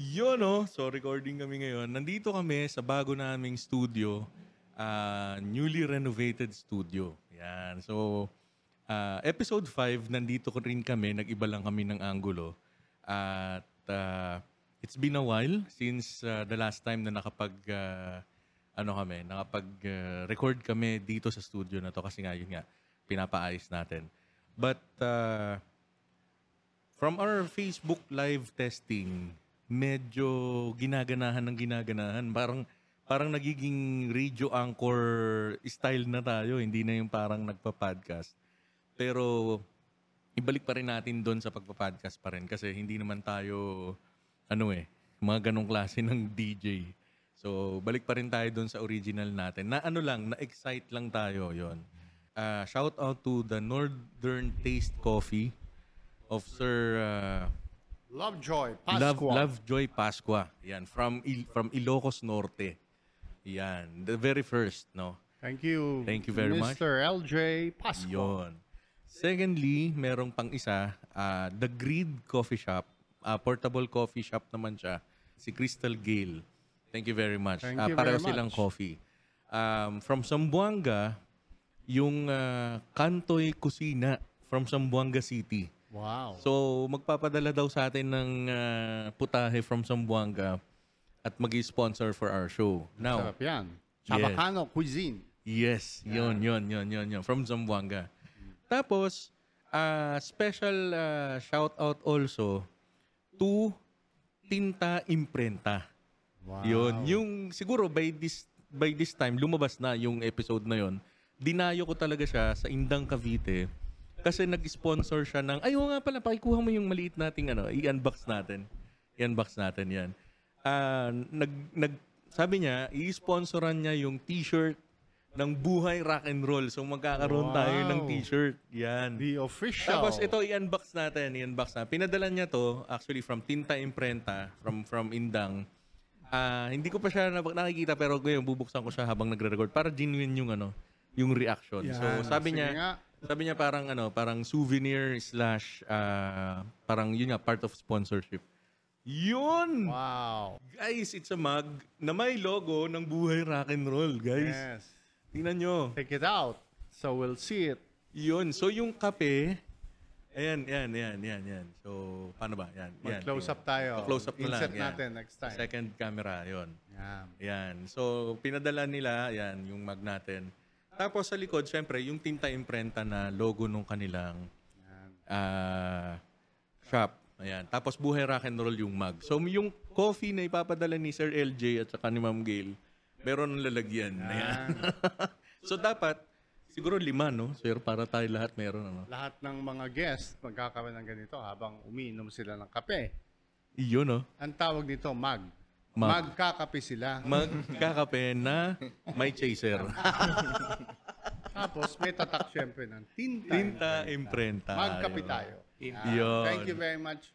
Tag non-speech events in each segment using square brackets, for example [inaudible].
Yun oh, so recording kami ngayon. Nandito kami sa bago naming studio, ah, newly renovated studio. Yan. So ah, episode 5 nandito ko rin kami, nag-iba lang kami ng angulo. At ah, it's been a while since ah, the last time na nakapag ah, ano kami, nakapag-record kami dito sa studio na to kasi nga yun nga pinapaayos natin. But ah, From our Facebook live testing, medyo ginaganahan ng ginaganahan. Parang parang nagiging radio anchor style na tayo, hindi na yung parang nagpa-podcast. Pero ibalik pa rin natin doon sa pagpa-podcast pa rin kasi hindi naman tayo ano eh, mga ganong klase ng DJ. So, balik pa rin tayo doon sa original natin. Na ano lang, na-excite lang tayo yon. Ah, shout out to the Northern Taste Coffee of Sir uh, Lovejoy, Love, Pasqua. Lovejoy Pasqua. Yan, from, Il- from Ilocos Norte. Yan, the very first, no? Thank you. Thank you very much. Mr. LJ Pasqua. Yon. Secondly, merong pang isa, ah, The Grid Coffee Shop. Ah, portable coffee shop naman siya. Si Crystal Gale. Thank you very much. Thank Ah, you pareho very much. silang coffee. Um, from Sambuanga, yung ah, Kantoy Kusina from Sambuanga City. Wow. So, magpapadala daw sa atin ng ah, putahe from Sambuanga at magi sponsor for our show. Now, Sarap yan. Chabacano cuisine. Yes, yon yon yon yon yon from Zamboanga. Tapos ah, special ah, shout out also to Tinta Imprenta. Wow. Yun, yung siguro by this by this time lumabas na yung episode na yon. Dinayo ko talaga siya sa Indang Cavite kasi nag-sponsor siya ng ayo nga pala pakikuha mo yung maliit nating ano, i-unbox natin. I-unbox natin 'yan. Ah, nag nag sabi niya, i-sponsoran niya yung t-shirt ng Buhay Rock and Roll. So magkakaroon tayo ng Wow. t-shirt. Yan. The official. Tapos ito i-unbox natin, i-unbox na. Pinadala niya to actually from Tinta Imprenta, from from Indang. Ah, hindi ko pa siya na, nakikita pero ngayon bubuksan ko siya habang nagre-record para genuine yung ano, yung reaction. So Yan. sabi Sige niya, nga. sabi niya parang ano, parang souvenir slash ah, parang yun nga part of sponsorship. Yun! Wow. Guys, it's a mug na may logo ng buhay rock and roll, guys. Yes. Tingnan nyo. Take it out. So we'll see it. Yun. So, yung kape, ayan, ayan, ayan, ayan, ayan. So, paano ba? Ayan, ayan. Mag-close Yun. up tayo. Close up na lang. Insert ayan. natin next time. Second camera, yun. Yan. Ayan. So, pinadala nila, ayan, yung mag natin. Tapos sa likod, syempre, yung tinta imprenta na logo nung kanilang Yan. ah, shop. Ayan. Tapos buhay rock and roll yung mug. So, yung coffee na ipapadala ni Sir LJ at saka ni Ma'am Gail, meron ng lalagyan. Ayan. [laughs] so, dapat, siguro lima, no? Sir, para tayo lahat meron, ano? Lahat ng mga guest magkakaroon ng ganito habang umiinom sila ng kape. Iyon, no? Ang tawag nito, mag. Mag. Magkakape sila. Magkakape na may chaser. Tapos may tatak syempre ng tinta. Tinta, imprenta. Magkape Yun. tayo. Yun. Yan. Thank you very much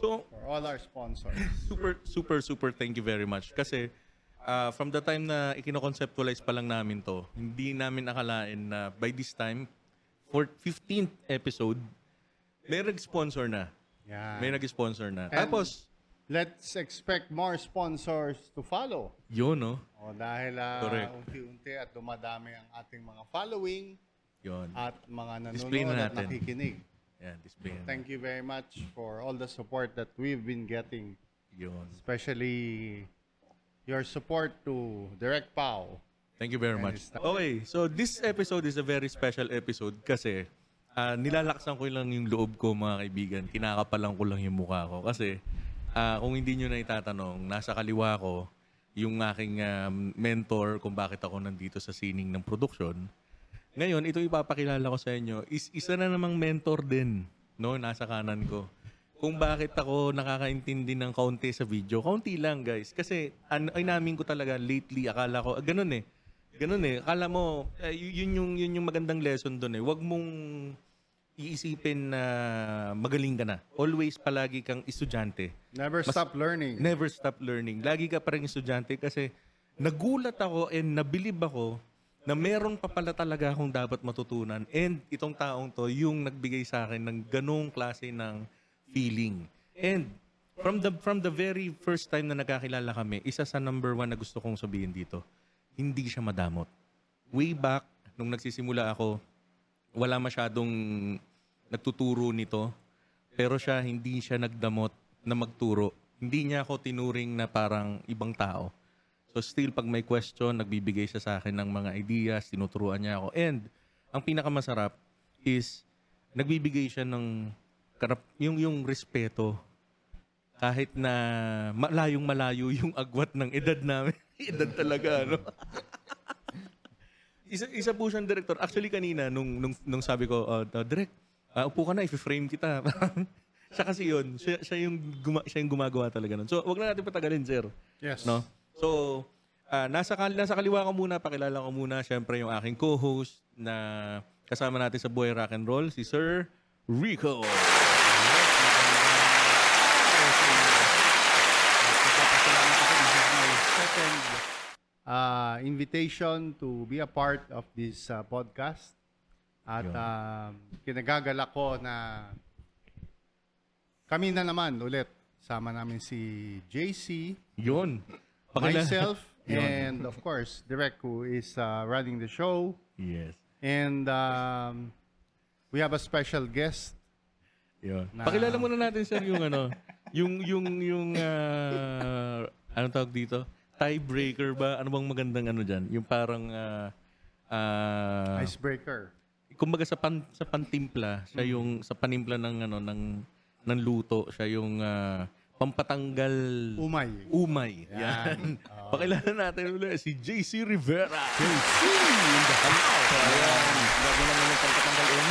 So, for all our sponsors. super, super, super thank you very much. Kasi, ah, from the time na ikinoconceptualize pa lang namin to, hindi namin akalain na by this time, for 15th episode, may nag-sponsor na. Yan. May nag-sponsor na. And- Tapos, Let's expect more sponsors to follow. yun, no? O dahil ah, Correct. unti-unti at dumadami ang ating mga following Yun. at mga Display nanonood na at natin. nakikinig. Yan, display. Thank you very much for all the support that we've been getting, Yun. especially your support to Direct Pau. Thank you very much. Okay, so this episode is a very special episode kasi ah, nilalaksan ko lang yung loob ko mga kaibigan. Kinakapalan ko lang yung mukha ko kasi ah, kung hindi nyo na itatanong, nasa kaliwa ko yung aking ah, mentor kung bakit ako nandito sa sining ng production. Ngayon, ito ipapakilala ko sa inyo is isa na namang mentor din, no, nasa kanan ko. Kung bakit ako nakakaintindi ng kaunti sa video. Kaunti lang, guys. Kasi an ay namin ko talaga lately akala ko ah, ganun eh. Ganun eh. Akala mo eh, y- yun yung yun yung magandang lesson doon eh. Huwag mong iisipin na magaling ka na. Always palagi kang estudyante. Never stop learning. Never stop learning. Lagi ka pa rin estudyante kasi nagulat ako and nabilib ako na meron pa pala talaga akong dapat matutunan. And itong taong to yung nagbigay sa akin ng ganong klase ng feeling. And From the from the very first time na nagkakilala kami, isa sa number one na gusto kong sabihin dito, hindi siya madamot. Way back, nung nagsisimula ako, wala masyadong nagtuturo nito. Pero siya, hindi siya nagdamot na magturo. Hindi niya ako tinuring na parang ibang tao. So still, pag may question, nagbibigay siya sa akin ng mga ideas, tinuturuan niya ako. And ang pinakamasarap is nagbibigay siya ng karap, yung, yung respeto kahit na malayong malayo yung agwat ng edad namin. [laughs] edad talaga, ano? isa, isa po siyang director. Actually, kanina, nung, nung, nung sabi ko, uh, uh, Direk, uh, upo ka na, i-frame kita. [laughs] Parang, siya kasi yun. Siya, siya, yung guma- siya yung gumagawa talaga nun. So, wag na natin patagalin, sir. Yes. No? So, ah, nasa, kal- nasa kaliwa ko muna, pakilala ko muna, syempre, yung aking co-host na kasama natin sa Boy Rock and Roll, si Sir Rico. Nagpapasalamat ako. This is my second uh, invitation to be a part of this uh, podcast. At um, kinagagalak ko na kami na naman ulit. Sama namin si JC, Yun. Pakilala- [laughs] myself, and of course, Direk who is uh, running the show. Yes. And um, we have a special guest. Yun. Na- Pakilala muna natin sir yung ano, yung yung yung ah, ano tawag dito? Tiebreaker ba? Ano bang magandang ano diyan? Yung parang ah ah, Icebreaker. kumbaga sa pan, sa pantimpla, siya yung sa panimpla ng ano ng ng luto, siya yung ah, pampatanggal Umay. umay. Yan. [laughs] Pakilala natin ulit si JC Rivera. Bago naman yung pagkatanggal ulo.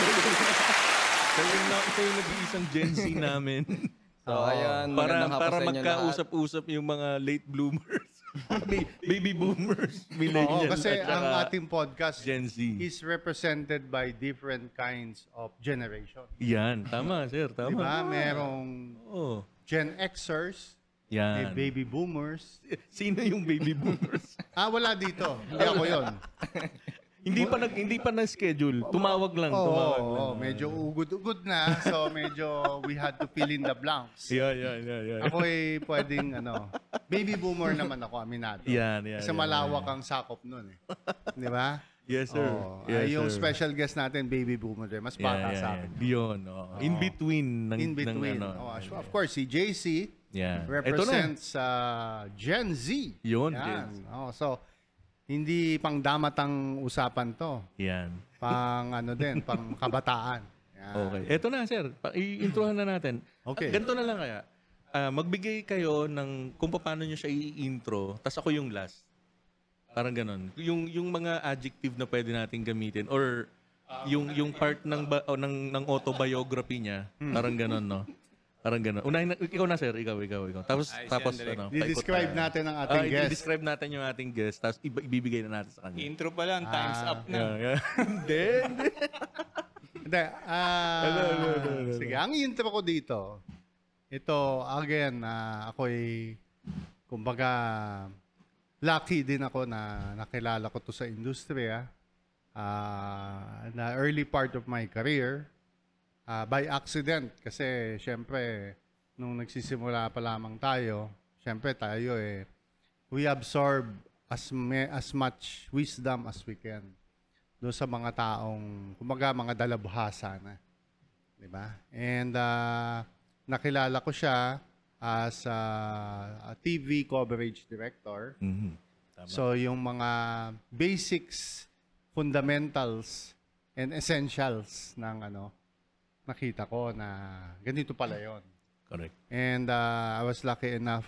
Siya yung, na- siya yung nag-iisang Gen Z namin. [laughs] So, ayan. para magandang hapon para sa inyo lahat. magkausap-usap yung mga late bloomers, [laughs] Ba- baby boomers, Oo, millennials, kasi at saka ang ating podcast Gen Z. is represented by different kinds of generation. Yan, tama sir, tama. Di ba? Merong Oo. Gen Xers, may Yan. baby boomers. Sino yung baby [laughs] boomers? Ah, wala dito. Hindi ako [laughs] yun. hindi pa nag hindi pa na-schedule. Tumawag lang, Oo, tumawag lang. oo, medyo ugod-ugod na. So, medyo we had to fill in the blanks. Yeah, yeah, yeah, yeah. Ako ay pwedeng, ano, baby boomer naman ako, aminado. Yan, yan, Kasi yan, malawak ang sakop nun eh. Di ba? Yes sir. Oo. yes, Ah, yung sir. special guest natin, baby boomer. eh. Mas yeah, bata yeah, sa yeah. akin. Yun, oo. In between ng In between. ng ano. oh, sure. Of course, si JC Yeah. represents uh, Gen Z. Yun, Gen Yan. Z. Oh, so, hindi pang damatang usapan to. Yan. Pang ano din, pang [laughs] kabataan. Yan. Okay. Ah. Eto na, sir. Pa- I-introhan na natin. Okay. Ah, Ganito na lang kaya. Ah, magbigay kayo ng kung paano nyo siya i-intro, tas ako yung last. Parang ganun. Yung, yung mga adjective na pwede nating gamitin or yung yung part ng ba, o ng ng autobiography niya, Hmm. parang ganun, no. Parang ganun. Unahin na, ikaw na sir, ikaw, ikaw, ikaw. Tapos tapos ano, Di-describe paikot natin ang tayo. ating Ah, guest. i-describe natin yung ating guest, tapos iba- ibibigay na natin sa kanya. Intro pa lang. Time's up na. Yeah, yeah. Then, Hindi. ah, Sige, ang intro ko dito, ito, again, ah, ako'y, kumbaga, lucky din ako na nakilala ko to sa industriya. ah, na early part of my career, ah, by accident. Kasi, syempre, nung nagsisimula pa lamang tayo, syempre tayo eh, we absorb as, me- as much wisdom as we can doon sa mga taong, kumbaga mga dalabhasa na. Di ba? And ah, nakilala ko siya as ah, a TV coverage director. Mhm. So yung mga basics, fundamentals, and essentials ng ano, nakita ko na ganito pala yon. Correct. And uh, I was lucky enough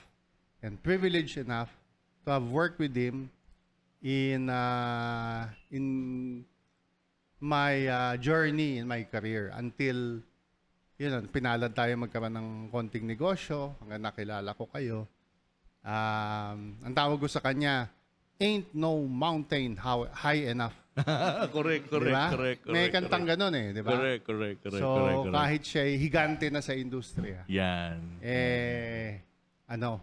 and privileged enough to have worked with him in uh, in my uh, journey in my career until yun, ang pinalad tayo magkaroon ng konting negosyo hanggang nakilala ko kayo. Um, ang tawag ko sa kanya, ain't no mountain how high enough. [laughs] correct, correct, Di ba? correct, correct. May kantang ganun eh, di ba? Correct, correct, correct, so, correct, correct. kahit siya higante na sa industriya, Yan. eh, ano,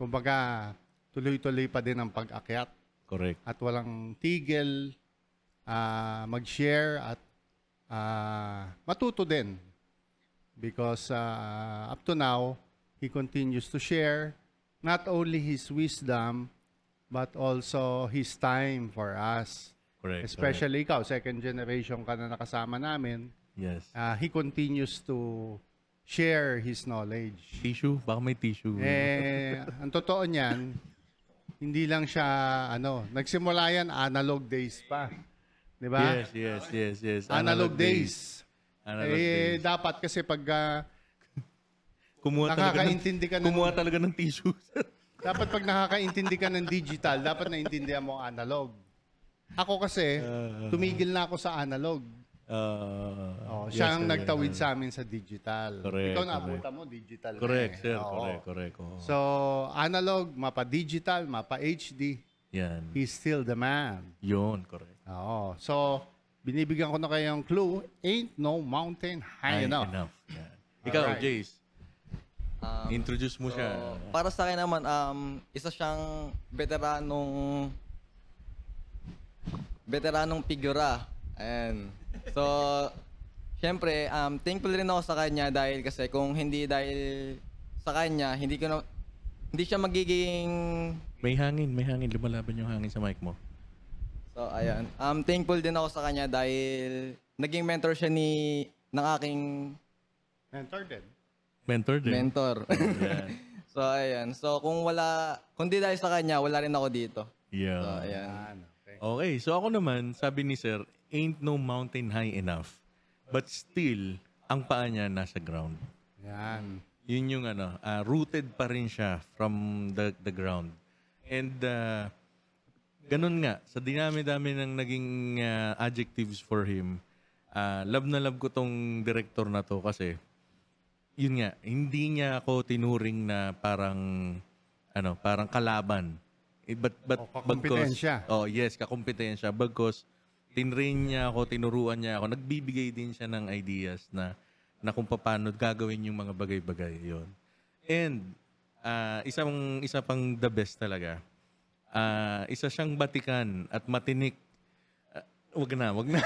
kumbaga, tuloy-tuloy pa din ang pag-akyat Correct. at walang tigil, ah, mag-share at ah, matuto din. Because ah, up to now, He continues to share not only his wisdom, but also his time for us. Correct. Especially ikaw, second generation ka na nakasama namin. correct. Yes. Ah, he continues to share his knowledge. Tissue? Baka may tissue. Eh, ang totoo niyan, hindi lang siya, ano, nagsimula yan analog days pa. Di ba? Yes, yes, yes, yes. Analog, days. Analog eh, days. dapat kasi pag, ah, Kumuha talaga ng, nakakaintindi ka ng- kumuha talaga ng tissue. [laughs] dapat pag nakakaintindi ka ng digital, dapat naintindihan mo ang analog. Ako kasi, Ah. tumigil na ako sa analog. uh, Oh, siya ang nagtawid sa amin sa digital. Correct, Ikaw na correct. mo, digital. na Correct, eh. sir. Oo. Correct, correct. Oh, oo. So, analog, mapa-digital, mapa-HD, Yan. he's still the man. Yun, correct. Oo. So, binibigyan ko na kayo ng clue. Ain't no mountain high, enough. Yan. Ikaw, Alright. Jace, Um, introduce mo siya. so, para sa akin naman, um, isa siyang veteranong veteranong figura. Ayan. So, syempre, um, thankful rin ako sa kanya dahil kasi kung hindi dahil sa kanya, hindi ko na, hindi siya magiging May hangin, may hangin. Lumalaban yung hangin sa mic mo. So, ayan. Um, thankful din ako sa kanya dahil naging mentor siya ni ng aking Mentor din. Mentor din. mentor. Yan. [laughs] so, ayan. So, kung wala, kung di dahil sa kanya, wala rin ako dito. Yeah. So, ayan. Ano, okay. Okay, so ako naman, sabi ni sir, ain't no mountain high enough. But still, ang paa niya nasa ground. Yan. Yun yung ano, ah, rooted pa rin siya from the, the ground. And uh, ganun nga, sa dinami-dami ng naging ah, adjectives for him, ah, love na love ko tong director na to kasi yun nga, hindi niya ako tinuring na parang ano, parang kalaban. Eh, but but O, kakompetensya. bagkos- Oh, yes, kakompetensya bagkos tinrain niya ako, tinuruan niya ako, nagbibigay din siya ng ideas na na kung paano gagawin yung mga bagay-bagay yon. And ah, isang isa pang the best talaga. Ah, isa siyang batikan at matinik. Ah, wag na, wag na.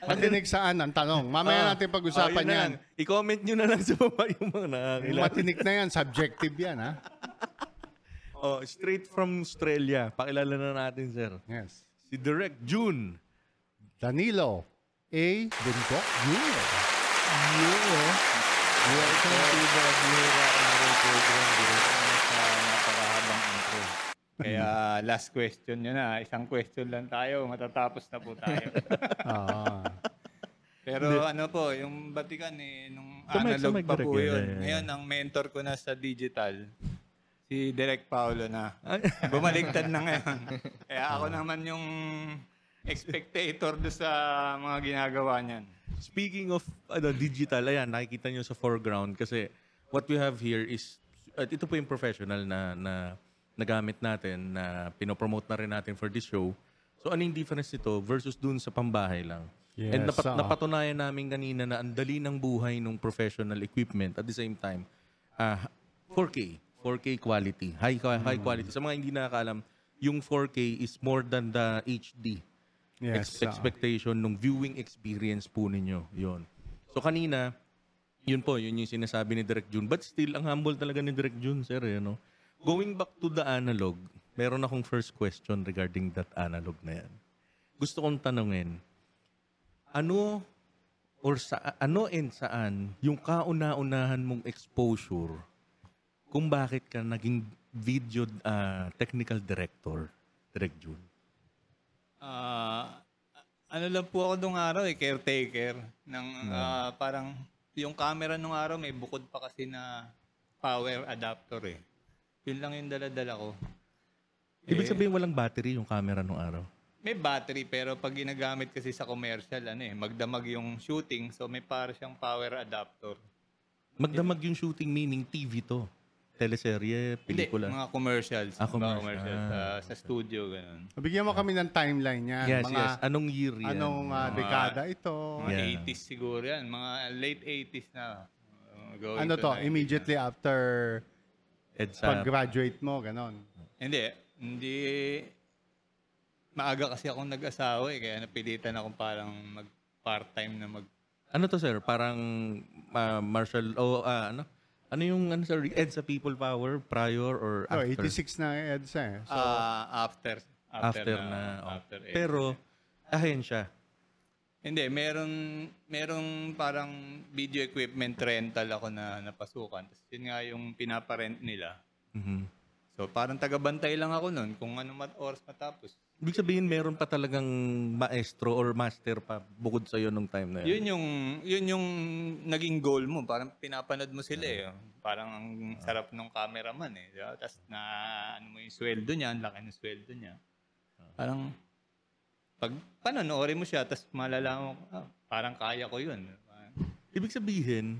Matinig saan ang tanong? Mamaya Ah, natin oh, pag-usapan yun na yan. lang. I-comment nyo na lang sa baba yung mga Yung nakakilala. matinig na yan, subjective yan, ha? Oh, straight from Australia. Pakilala na natin, sir. Yes. Si Direct June. Danilo A. Bundok Jr. Welcome to the Bihira and Roll Program. Directly sa napakahabang intro. Kaya last question nyo na. Isang question lang tayo. Matatapos na po tayo. Ah. [laughs] Pero ano po, yung Batikan eh, nung Sa mic, sa eh. analog mic pa direct, po yeah, yun. yeah, yeah. Ngayon, ang mentor ko na sa digital, si Direk Paolo na. Ay. [laughs] Bumaliktad na [laughs] ngayon. Kaya ako naman yung expectator do sa mga ginagawa niyan. Speaking of ano, digital, ayan, nakikita nyo sa foreground kasi what we have here is, at ito po yung professional na, na nagamit natin, na pinopromote na rin natin for this show. So, ano yung difference nito versus dun sa pambahay lang? Yes, And napat- oo. napatunayan namin kanina na ang dali ng buhay ng professional equipment at the same time, ah 4K. 4K quality. High, high quality. Sa mga hindi nakakaalam, yung 4K is more than the HD Yes. ex- expectation nung viewing experience po ninyo. Yun. So kanina, yun po, yun yung sinasabi ni Direk June. But still, ang humble talaga ni Direk June, sir. Eh, no? Going back to the analog, meron akong first question regarding that analog na yan. Gusto kong tanungin, ano or sa ano and saan yung kauna-unahan mong exposure kung bakit ka naging video ah, technical director, Direk June? Ah, ano lang po ako nung araw eh, caretaker. Ng, Hmm. ah, parang yung camera nung araw may bukod pa kasi na power adapter eh. Yun lang yung daladala ko. Ibig sabihin walang battery yung camera nung araw. May battery pero pag ginagamit kasi sa commercial, ano eh, magdamag yung shooting. So may para siyang power adapter. Magdamag yung shooting meaning TV to. Teleserye, Hindi, pelikula. mga commercials. Ah, mga commercial. commercials, Ah, ah, sa studio, ganun. Bigyan mo kami ng timeline yan. yes, Mga yes. Anong year yan? anong ah, dekada ito? Mga Yeah. 80s siguro yan. Mga late 80s na. uh, going Ano to? 90s na. Immediately after EDSA. pag-graduate mo, ganon. Hindi. Hindi. Maaga kasi akong nag-asawa eh. Kaya napilitan akong parang mag part-time na mag... Ano to sir? Parang ah, martial, uh, o ah, ano? Ano yung ano sa Ed sa People Power prior or So, after? 86 na EDSA eh. So, Ah, after. after, na. oh. after eight. Pero ahen siya. Hindi, meron, merong parang video equipment rental ako na napasukan. Tapos yun nga yung pinaparent nila. Mhm. So parang tagabantay lang ako nun kung ano mat oras matapos. Ibig sabihin meron pa talagang maestro or master pa bukod sa nung time na yun. Yun yung, yun yung naging goal mo. Parang pinapanood mo sila eh. Parang ang Ah. sarap ng cameraman eh. Diba? Tapos na ano mo yung sweldo niya, ang laki ng sweldo niya. Ah. Parang pag panonoorin mo siya, tapos malalaman mo, ah, parang kaya ko yun. Ibig sabihin,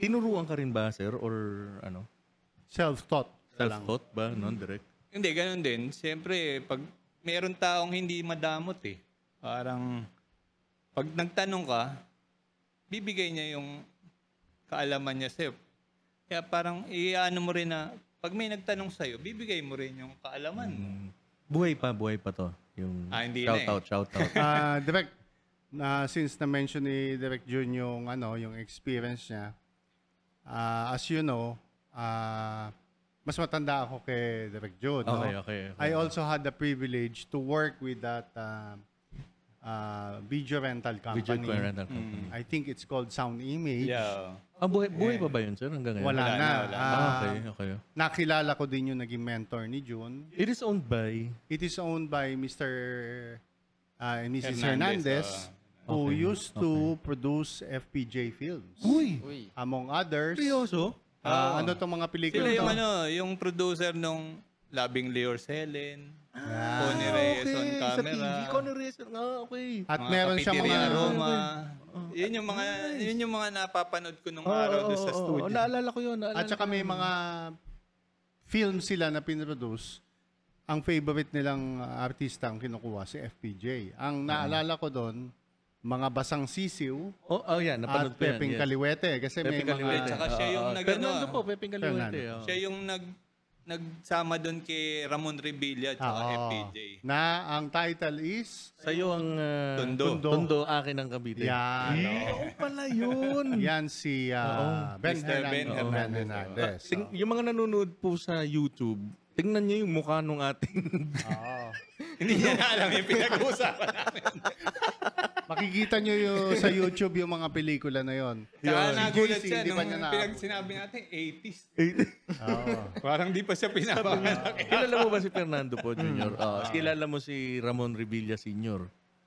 tinuruan ka rin ba sir or ano? self-taught. Self-taught ba? Non direct. Hindi, ganun din. Siyempre, pag meron taong hindi madamot eh. Parang, pag nagtanong ka, bibigay niya yung kaalaman niya sa'yo. Kaya parang, iaano mo rin na, pag may nagtanong sa'yo, bibigay mo rin yung kaalaman mo. Buhay pa, buhay pa to. Yung Ah, hindi na shout eh. out, shout [laughs] out. Ah, Direk, na since na-mention ni Direk Jun yung, ano, yung experience niya, ah, as you know, ah, mas matanda ako kay Direk Jun. no? Okay, okay, okay. I also had the privilege to work with that ah, ah, video rental company. Video rental company. I think it's called Sound Image. Yeah. Ah, buhay, buhay pa ba yun sir hanggang ngayon? Wala, na. Ah, wala Ah, okay, okay. Nakilala ko din yung naging mentor ni Jun. It is owned by It is owned by Mr. uh, and Mrs. Hernandez, Hernandez, ah. who Okay, used to produce FPJ films. Uy! Uy. Among others, Seryoso? ah, ano tong mga pelikula Sila yung to? ano, yung producer nung Labing Lior Selen, Ah, Ah, Connie Reyes on camera. Reyes. Ah, okay. At meron siya kapitiri mga ano, ah, aroma. Yun yung mga yun yung mga napapanood ko Oh, nung araw doon sa studio. naalala ko yun. Naalala at saka may mga film sila na pinroduce. Ang favorite nilang ah, artista ang kinukuha si FPJ. Ang naalala ko doon, mga basang sisiw Oh, oh yan. at Napanood ko yan. Pepeng yes. Kaliwete kasi Pepeng may Kaliwete. mga Tsaka siya Oo, yung oo. nag- Fernando ano, po, Pepeng Kaliwete. Fernando. oh. Siya yung nag nagsama doon kay Ramon Revilla at Oo. FPJ. na ang title is Sa'yo ang... ah, Tondo. Tondo, akin ang Cavite. Yan. Oo pala yun. [laughs] Yan si ah, Ben, Mr. Hernandez. Ben Hernandez. Ben [laughs] Hernandez. Ting- yung mga nanonood po sa YouTube, tingnan niyo yung mukha nung ating... Oo. Hindi niya na alam yung pinag-uusapan namin. Makikita nyo yung, sa YouTube yung mga pelikula na yon. Saka Si nagulat JC, siya di nung ba niya na- pinag sinabi natin 80s. Oo. Parang di pa siya Ah. pinapanganak. kilala mo ba si Fernando po, Hmm. Junior? Oo, kilala mo si Ramon Revilla, Senior?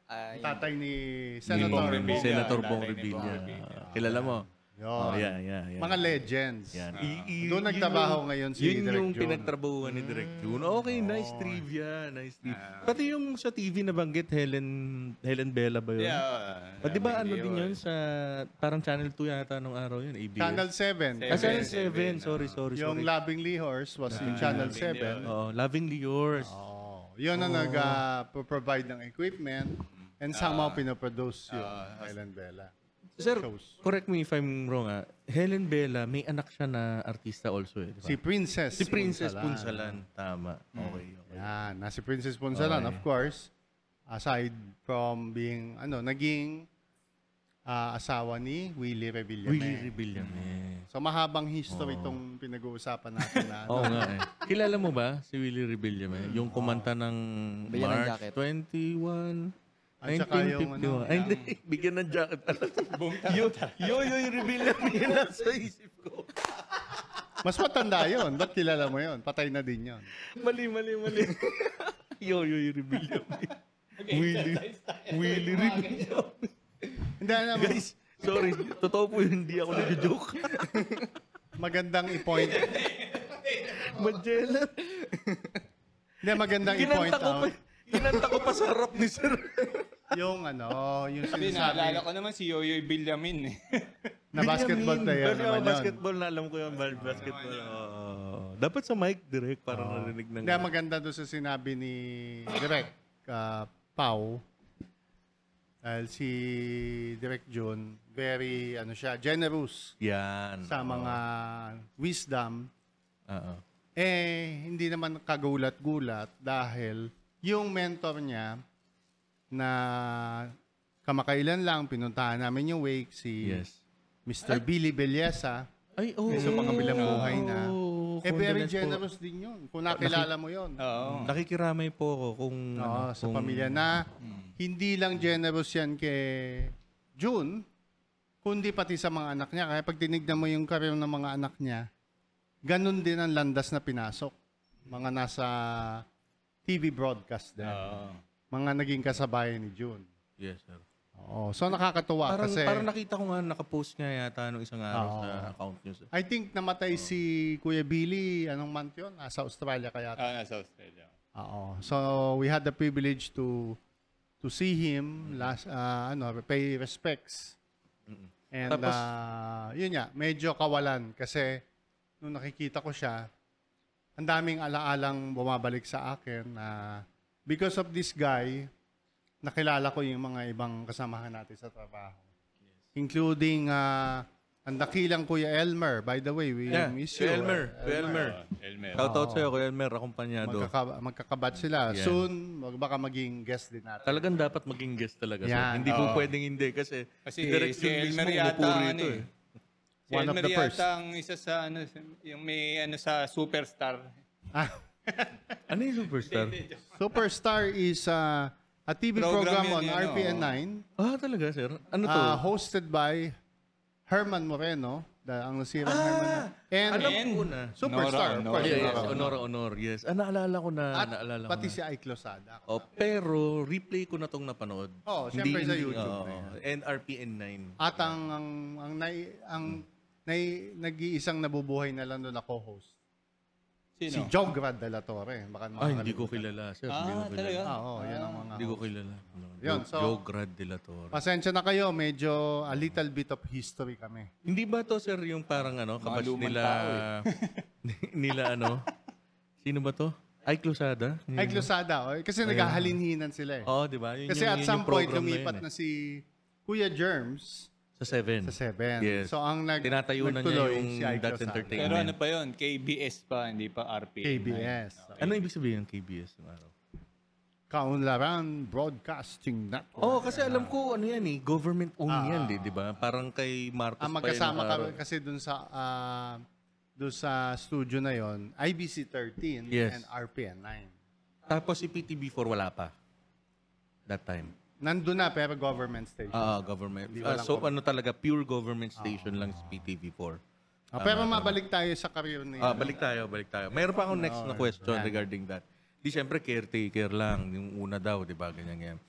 Ay, Tatay ni Bong Senator Ni Revilla. Senator Tatay Bong ni Bong Revilla. Revilla. Ah, Kilala mo? Yun. Oh, yeah, yeah, yeah. Mga legends. Yan. I- i- Doon yun nagtrabaho yung- ngayon si Yun Direk yung Jun. Hmm. Oh. pinagtrabahuhan ni Direk June. Okay, nice trivia, nice trivia. Ah. Pati yung sa TV nabanggit, Helen Helen Bella ba yun? Yeah. O, di ba ano din yun sa parang Channel 2 yata nung araw yun, ABS? Channel 7. ah, Channel Seven, 7. Sorry, sorry, Yung sorry. Loving Horse was in Channel Lovingly 7. oh, Lovingly Yours. Oh. Yun ang nag-provide ng equipment Mm-hmm. and Ah. somehow pinoproduce yung Island Bella. Sir, shows. correct me if I'm wrong ah. Helen Bella, may anak siya na artista also eh, di ba? Hmm. Si Princess. Si Princess Punsalan. Punsalan. Tama. Okay, okay. Yan, na si Princess Ponsalan, of course, aside from being, ano, naging ah, asawa ni Willie Revillame. Willie Oh. Rebillame. So mahabang history itong pinag-uusapan natin na, [laughs] ano, Oo nga eh. Ah. Kilala mo ba si Willie Rebillame? Yung kumanta ng Bigyan ng March jacket. 21, At saka yung 1951. Ay, hindi. [laughs] Bigyan ng jacket. [laughs] Boom. yun, yun, yun, yung Rebillame yun nasa isip ko. mas matanda yun. Ba't kilala mo yun? Patay na din yun. Mali, mali, mali. [laughs] Yo, yo, yung Rebillame. Willie, Willie Rebillame. Hindi, alam mo, Guys, sorry. Totoo po yun, hindi ako nag-joke. magandang i-point. Magellan. Hindi, magandang i-point Kinanta ko pa. out. [laughs] Kinanta ko pa sa harap ni Sir. Yung ano, yung Hindi, naalala sinasabi ko naman si Yoyoy Villamin eh. [laughs] na basketball player Bilyamin. Kasi ako naman yun. basketball na alam ko yung bal- basketball. Oo. Dapat sa mic direct para narinig ng... Hindi, maganda doon sa sinabi ni Direk uh, Pau. Dahil si Direk Jun, very, ano siya, generous Yan. sa mga wisdom. Oo. Eh, hindi naman kagulat-gulat dahil yung mentor niya na kamakailan lang pinuntahan namin yung wake si Yes. Mr. Billy Belleza. Ay, oo. Sa mga bilang buhay na. Oo, eh, very condolence Oh, po. generous din yun. Kung nakilala mo yun. Oo. Nakikiramay po ako kung... Oo, ano, sa kung- Hmm. pamilya na hindi lang generous yan kay June, kundi pati sa mga anak niya. Kaya pag tinignan mo yung karir ng mga anak niya, ganun din ang landas na pinasok. Mga nasa TV broadcast din. Oo. Mga naging kasabay ni June. Yes, sir. Oo. So nakakatuwa Parang, kasi parang nakita ko nga, nakapost niya yata nung isang araw Oo. sa account niya. sir. I think namatay si Kuya Billy anong month yun? Nasa Australia kaya Ah, nasa Australia. Oo. So we had the privilege to to see Mm-hmm. him last uh, ano pay respects. And Tapos- ah, yun nga, medyo kawalan kasi nung nakikita ko siya, ang daming alaalang bumabalik sa akin na because of this guy, nakilala ko yung mga ibang kasamahan natin sa trabaho. Including ah, ang dakilang Kuya Elmer. By the way, we Yeah, miss you. Kuya eh. ah. Oh Elmer. Kuya Elmer. Oo, Ah, Elmer. Shout out sa'yo, Kuya Elmer, akumpanyado. Magkaka- magkakabat sila. Yan. Soon, mag- baka maging guest din natin. Talagang dapat maging guest talaga. sir. Yan. Hindi po Oo. pwedeng hindi kasi, Kasi direct si yun mismo, Elmer yata, pupuri ano ito eh. eh. Si One of Elmer the first. yata ang isa sa, ano, yung may ano sa superstar. Ah, Ano yung [laughs] superstar? Superstar is uh, a TV program, Program yun, on yun, RPN9 ah, talaga, sir? eh, Ano to? uh, hosted by Herman Moreno, da, ang nasirang Herman. And Ah! Alam ko na. Superstar, of Nora, course. Nora. Yeah, yes, Nora. honor, honor, yes. Ah, naalala ko na, At naalala ko pati na. si Ike Lozada. Oh, pero replay ko na tong napanood. Oo, syempre sa YouTube na Ah, oo. NRPN 9. At ang ang ang, nai- ang nai- nag-iisang nabubuhay na lang doon na co-host. Si Sino? John Grad de la Torre. Baka Ah, hindi ko makakalimutan. kilala, sir. hindi ko Ah, kilala. talaga? Ah, oo, yun ang mga Hindi ko kilala. No. Yun, Joe- so- Joe Grad de la Torre. Pasensya na kayo, medyo a little bit of history kami. Hindi ba to sir yung parang ano, kabatch lumang nila, [laughs] nila ano, sino ba to? Ike Lozada? Ay, Losada, oh, kasi naghahalinhinan sila eh. Oo, di ba? Oh, Yun Kasi yung- at yun some yung point, program lumipat yun na, eh. si Kuya Germs Sa Seven. sa 7. Yes. So, ang nag, Tinatayo na niya nagtuloy yung si Ike That's Lozada. Entertainment. Pero ano pa yun? KBS pa, hindi pa RPN. KBS. Ano ibig sabihin ng KBS ng araw? Kaunlaran Broadcasting Network. Oo, oh, kasi alam ko ano yan eh, government owned yan eh, di ba? Parang kay Marcos ang pa yun Ah. magkasama ng ka araw. kasi dun sa ah, dun sa studio na yon IBC 13 Yes. and RPN 9. Tapos si PTB4 wala pa. That time. Nandun na pero government Ah. station. Ah, government. Hindi Ah, walang so ano talaga, pure government station lang si PTB4. Ah, pero mabalik tayo sa career ni Ah, balik tayo, balik tayo. Mayroon pa akong next na question regarding that. Di syempre caretaker lang yung una daw, 'di ba? Ganyan ganyan.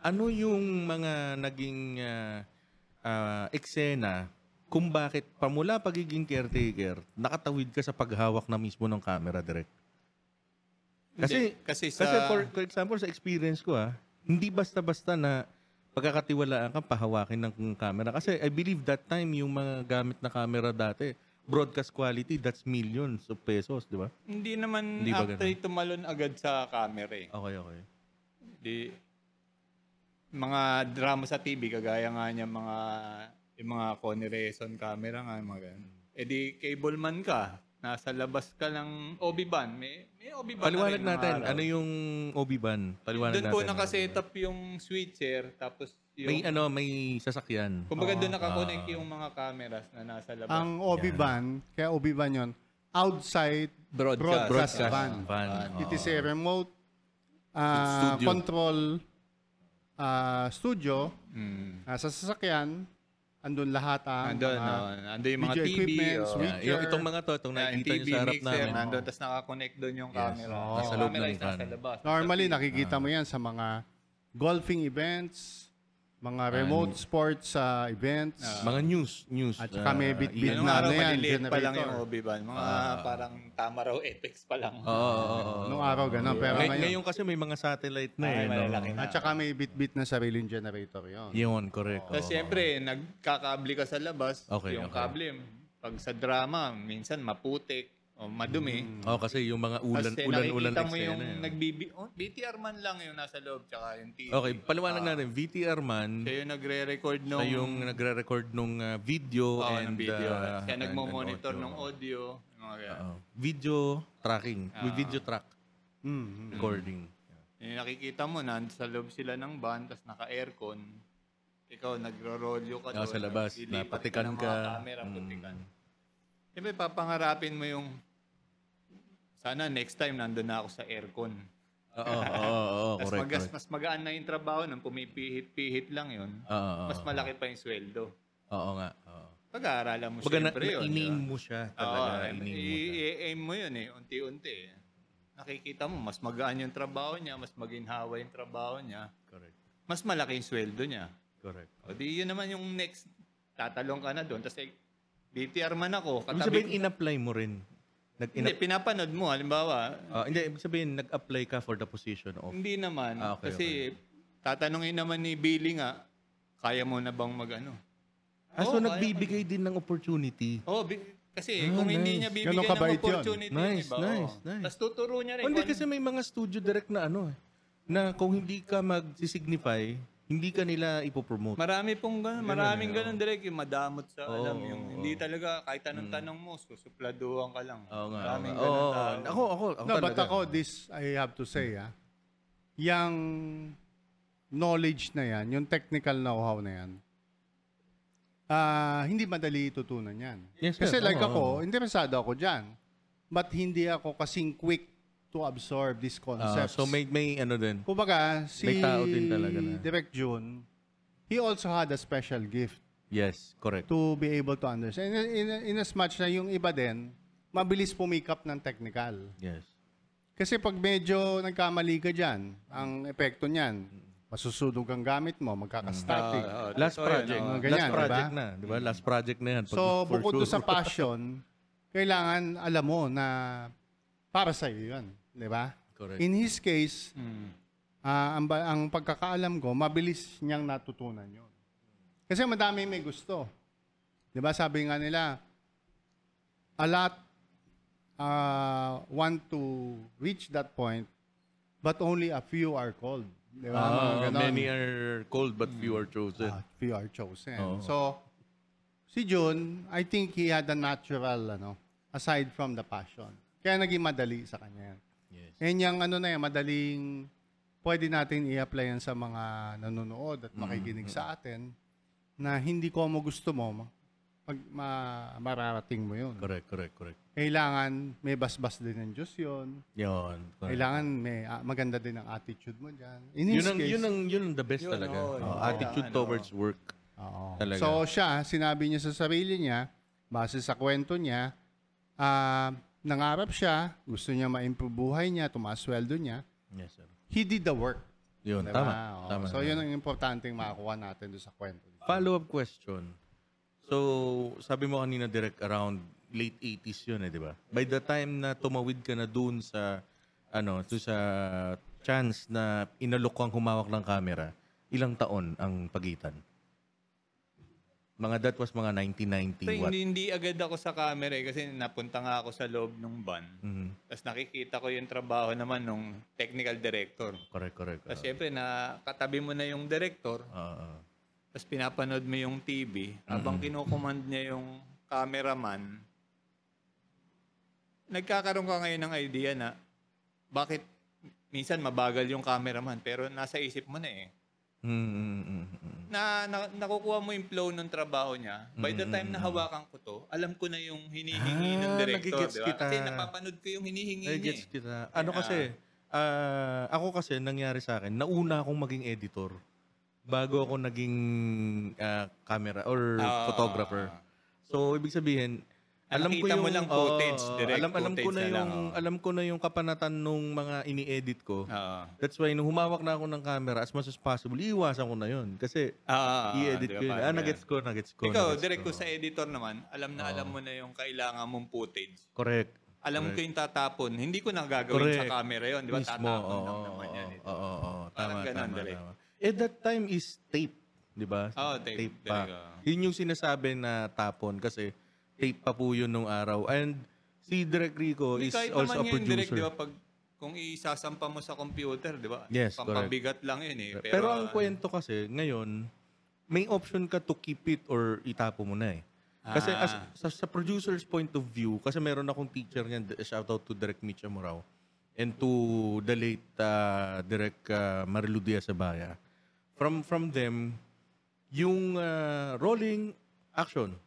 Ano yung mga naging ah, ah, eksena kung bakit pamula pagiging caretaker, nakatawid ka sa paghawak na mismo ng camera direct? Kasi Hindi, kasi kasi sa- for, for example sa experience ko ah, hindi basta-basta na pagkakatiwalaan ka pahawakin ng camera kasi I believe that time yung mga gamit na camera dati broadcast quality that's millions of pesos, di ba? Hindi naman Hindi ba actually tumalon agad sa camera eh. Okay, okay. Di, mga drama sa TV, kagaya nga niya mga, yung mga Connie Rayson camera nga, yung mga ganun. Eh di, cableman ka. Nasa labas ka ng OB ban. May, may OB ban Paliwanag natin, ano yung OB-BAN? Paliwanag Doon natin. po nakaset up yung switcher, tapos May Ah. yung... ano, may sasakyan. kumbaga doon nakakonect yung mga cameras na nasa labas. ang OB-BAN, kaya OB-BAN yun, outside Broadcast. broadcast, Broadcast van. van, Oh. It is a remote ah, Studio. control ah, studio Mm. ah, sa sasakyan. Andun lahat ang ah, Andun, mga no? Andun yung mga video TV, equipments, oh. Yeah, switcher. yung itong mga to, itong na nakikita TV nyo sa harap mixer, namin. nandun, tapos nakakonect doon yung camera. Oo. Yung Sa loob camera ng is nasa van. labas. Normally, nakikita mo yan sa mga golfing events, mga remote sports ah, events. Mga news, news. At saka ah, may bit-bit yan. Ah. Anong na araw, ano yan, maliliit pa lang generator. yung OB ban. Mga parang tama raw apex pa lang. Oo, oo, oo, oo. Nung araw, gano'n. Pero Ngay- Ah. ngayon, ngayon kasi may mga satellite na Ay, eh. no? malalaki na. at saka may bit-bit na sariling generator yon. Yun, correct. Tapos oo. siyempre, nagkakable ka sa labas. Okay, yung okay. kable, pag sa drama, minsan maputik o madumi. Oh, kasi yung mga ulan, Tapos eh, ulan-ulan nakikita mo yung eksena yun. nagbibi... Oh, BTR man lang yung nasa loob, tsaka yung TV. Okay, paliwanag natin. VTR man, Siya yung nagre-record siya Ah. nung... yung nagre-record nung ah, video Oo, and... ng video. ah, siya and- and nagmo-monitor audio. ng audio. Ah. Mga ganyan. Oo. video tracking. With video track. Mm-hmm. Recording. Yung nakikita mo, nasa loob sila ng van, tapos naka-aircon. Ikaw, nagro-rolyo ka Ah, sa labas, naglilipat napatikan ng mga ka. Mm. camera, putikan. Siyempre, papangarapin mo yung sana next time nandun na ako sa aircon. Oo, oo, oo, Oh, [laughs] Mas, correct. magas, correct. mas magaan na yung trabaho nang pumipihit-pihit lang yun. Oo, oo, mas malaki pa yung sweldo. oo nga. Oo. Pag-aaralan mo Baga na, siyempre yun. di name ba? mo siya Oo, talaga. i-name mo siya. i-aim mo yun eh, unti-unti. eh. Nakikita mo, mas magaan yung trabaho niya, mas maginhawa yung trabaho niya, Correct, mas malaki yung sweldo niya. correct. O di yun naman yung next, tatalong ka na doon. Tapos eh, DTR man Ibig ako, katabi sabihin, in-apply mo rin. Nag, in Hindi, pinapanood mo. Halimbawa, hindi, ibig sabihin, nag-apply ka for the position of... hindi naman. Ah, okay, kasi tatanungin naman ni Billy nga, kaya mo na bang magano? Ah, so Oo, kaya- nagbibigay din ng opportunity. Oh, bi- kasi Ah, kung hindi nice. niya bibigyan Ganun kabait ng yun. opportunity, Nice, diba? nice, Oo. nice. Tapos tuturo niya rin. Hindi kung- kasi may mga studio direct na ano eh, na kung hindi ka mag-signify, hindi ka nila ipopromote. Marami pong ganun, eh, maraming oh. ganun direct yung madamot sa Oo, alam yung oo, hindi talaga kahit anong tanong mo, susupladuhan ka lang. oh. Mm. Oo nga. oo maraming nga. Oo, ganun oo, tao. oo. Ako, ako, ako No, but talaga. ako, this, I have to say, ah, yung knowledge na yan, yung technical know-how na yan, ah, hindi madali itutunan yan. Yes, sir. Kasi like Oo, ako, oo. interesado ako dyan. But hindi ako kasing quick to absorb these Ah, concepts. so may, may ano din. Kumbaga, si May tao din talaga na. Direct June, he also had a special gift Yes, correct. to be able to understand. In, in, in as much na yung iba din, mabilis pumikap ng technical. Yes. Kasi pag medyo nagkamali ka dyan, ang epekto niyan, masusunog ang gamit mo, magkaka-static. Oo, oo, Last totoo yun, oh. project. oo. Mga ganyan, last project diba? na. Di ba? Last project na yan. Pag- so, for bukod to sure. sa passion, kailangan alam mo na para sa iyo yun. Di ba? Correct. In his case, Mm. ah, ang, ba- ang pagkakaalam ko, mabilis niyang natutunan yun. Kasi madami may gusto. Di ba? Sabi nga nila, a lot ah, want to reach that point, but only a few are called. Di ba? Mga Ah, ganon. many are cold but few are chosen. Ah, few are chosen. Oo. So, si Jun, I think he had a natural, ano, aside from the passion. Kaya naging madali sa kanya yan. Yes. And yung ano na yan, madaling pwede natin i-apply yan sa mga nanonood Mm-hmm, at makikinig sa atin na hindi ko mo gusto mo, pag ma- mararating mo yun. Correct, correct, correct. Kailangan may basbas din ng Diyos yun. Yun. correct. Kailangan may ah, maganda din ang attitude mo dyan. In his Yun ang, case, yun ang, yun ang the best Yun, talaga. Oh, oo, yun. attitude Ano, towards work. Oo. Talaga. So siya, sinabi niya sa sarili niya, base sa kwento niya, ah, nangarap siya, gusto niya ma-improve buhay niya, tumaas sweldo niya. Yes, sir. He did the work. Yun, Diba? tama. Oo. tama. So yun ang importanteng makakuha natin doon sa kwento. niya. Follow-up question. So, sabi mo kanina direct around late 80s yun eh, di ba? By the time na tumawid ka na dun sa, ano, dun sa chance na inalok kang humawak ng camera, ilang taon ang pagitan? Mga that was mga 1990 Pero what? hindi, hindi agad ako sa camera eh, kasi napunta nga ako sa loob ng van. Mhm. Tapos nakikita ko yung trabaho naman ng technical director. Correct, correct. Tapos syempre, na, katabi mo na yung director, Ah, ah. tapos pinapanood mo yung TV, habang kinokomand niya yung cameraman, nagkakaroon ka ngayon ng idea na bakit minsan mabagal yung cameraman pero nasa isip mo na eh. Mm, mm, mm, mm. Na, na nakukuha mo yung flow ng trabaho niya. By the time na hawakan ko to, alam ko na yung hinihingi ng Mm-hmm. Ah, director. nagigets Diba? Kasi kita. napapanood ko yung hinihingi Ay, niya. gets eh. kita. Ano kasi, ah, ako kasi, nangyari sa akin, nauna akong maging editor bago ako naging ah, camera or Ah. photographer. So, ibig sabihin, alam ko Nakita yung mo lang footage, oo, direct alam alam ko footage na na lang, yung oo. Ah. alam ko na yung kapanatan nung mga ini-edit ko. Oo. That's why nung humawak na ako ng camera as much as possible, iiwasan ko na yun kasi Ah, i-edit diba, ko yun. parang Ah, ganun. nagets ko, nagets ko. Ikaw, nagets direct ko. ko sa editor naman, alam na alam mo na yung kailangan mong footage. Correct. Alam ko yung tatapon. Hindi ko na Correct. gagawin sa camera yun. Di ba? Mismo, Tatapon oo, lang oo, naman yan. eh. Oo, oo, oo. Parang Tama, ganun, tama, direct. tama. Eh, that time is tape, di ba? Oo, Oh, tape, pa. direct, oo. Yun yung sinasabi na tapon kasi tape pa po yun nung araw. And si Direk Rico Oh, Hindi, is kahit also a naman yun direct, di producer. ba? Pag, kung isasampa mo sa computer, di ba? Yes, Pampabigat lang yun eh. pero, ang kwento kasi, ngayon, may option ka to keep it or itapo mo na eh. Kasi Ah. as, sa, sa producer's point of view, kasi meron akong teacher niyan, d- shout out to Direk Mitch Amorao and to the late uh, Direk uh, Marilu Diaz Abaya. From, from them, yung uh, rolling ah, action.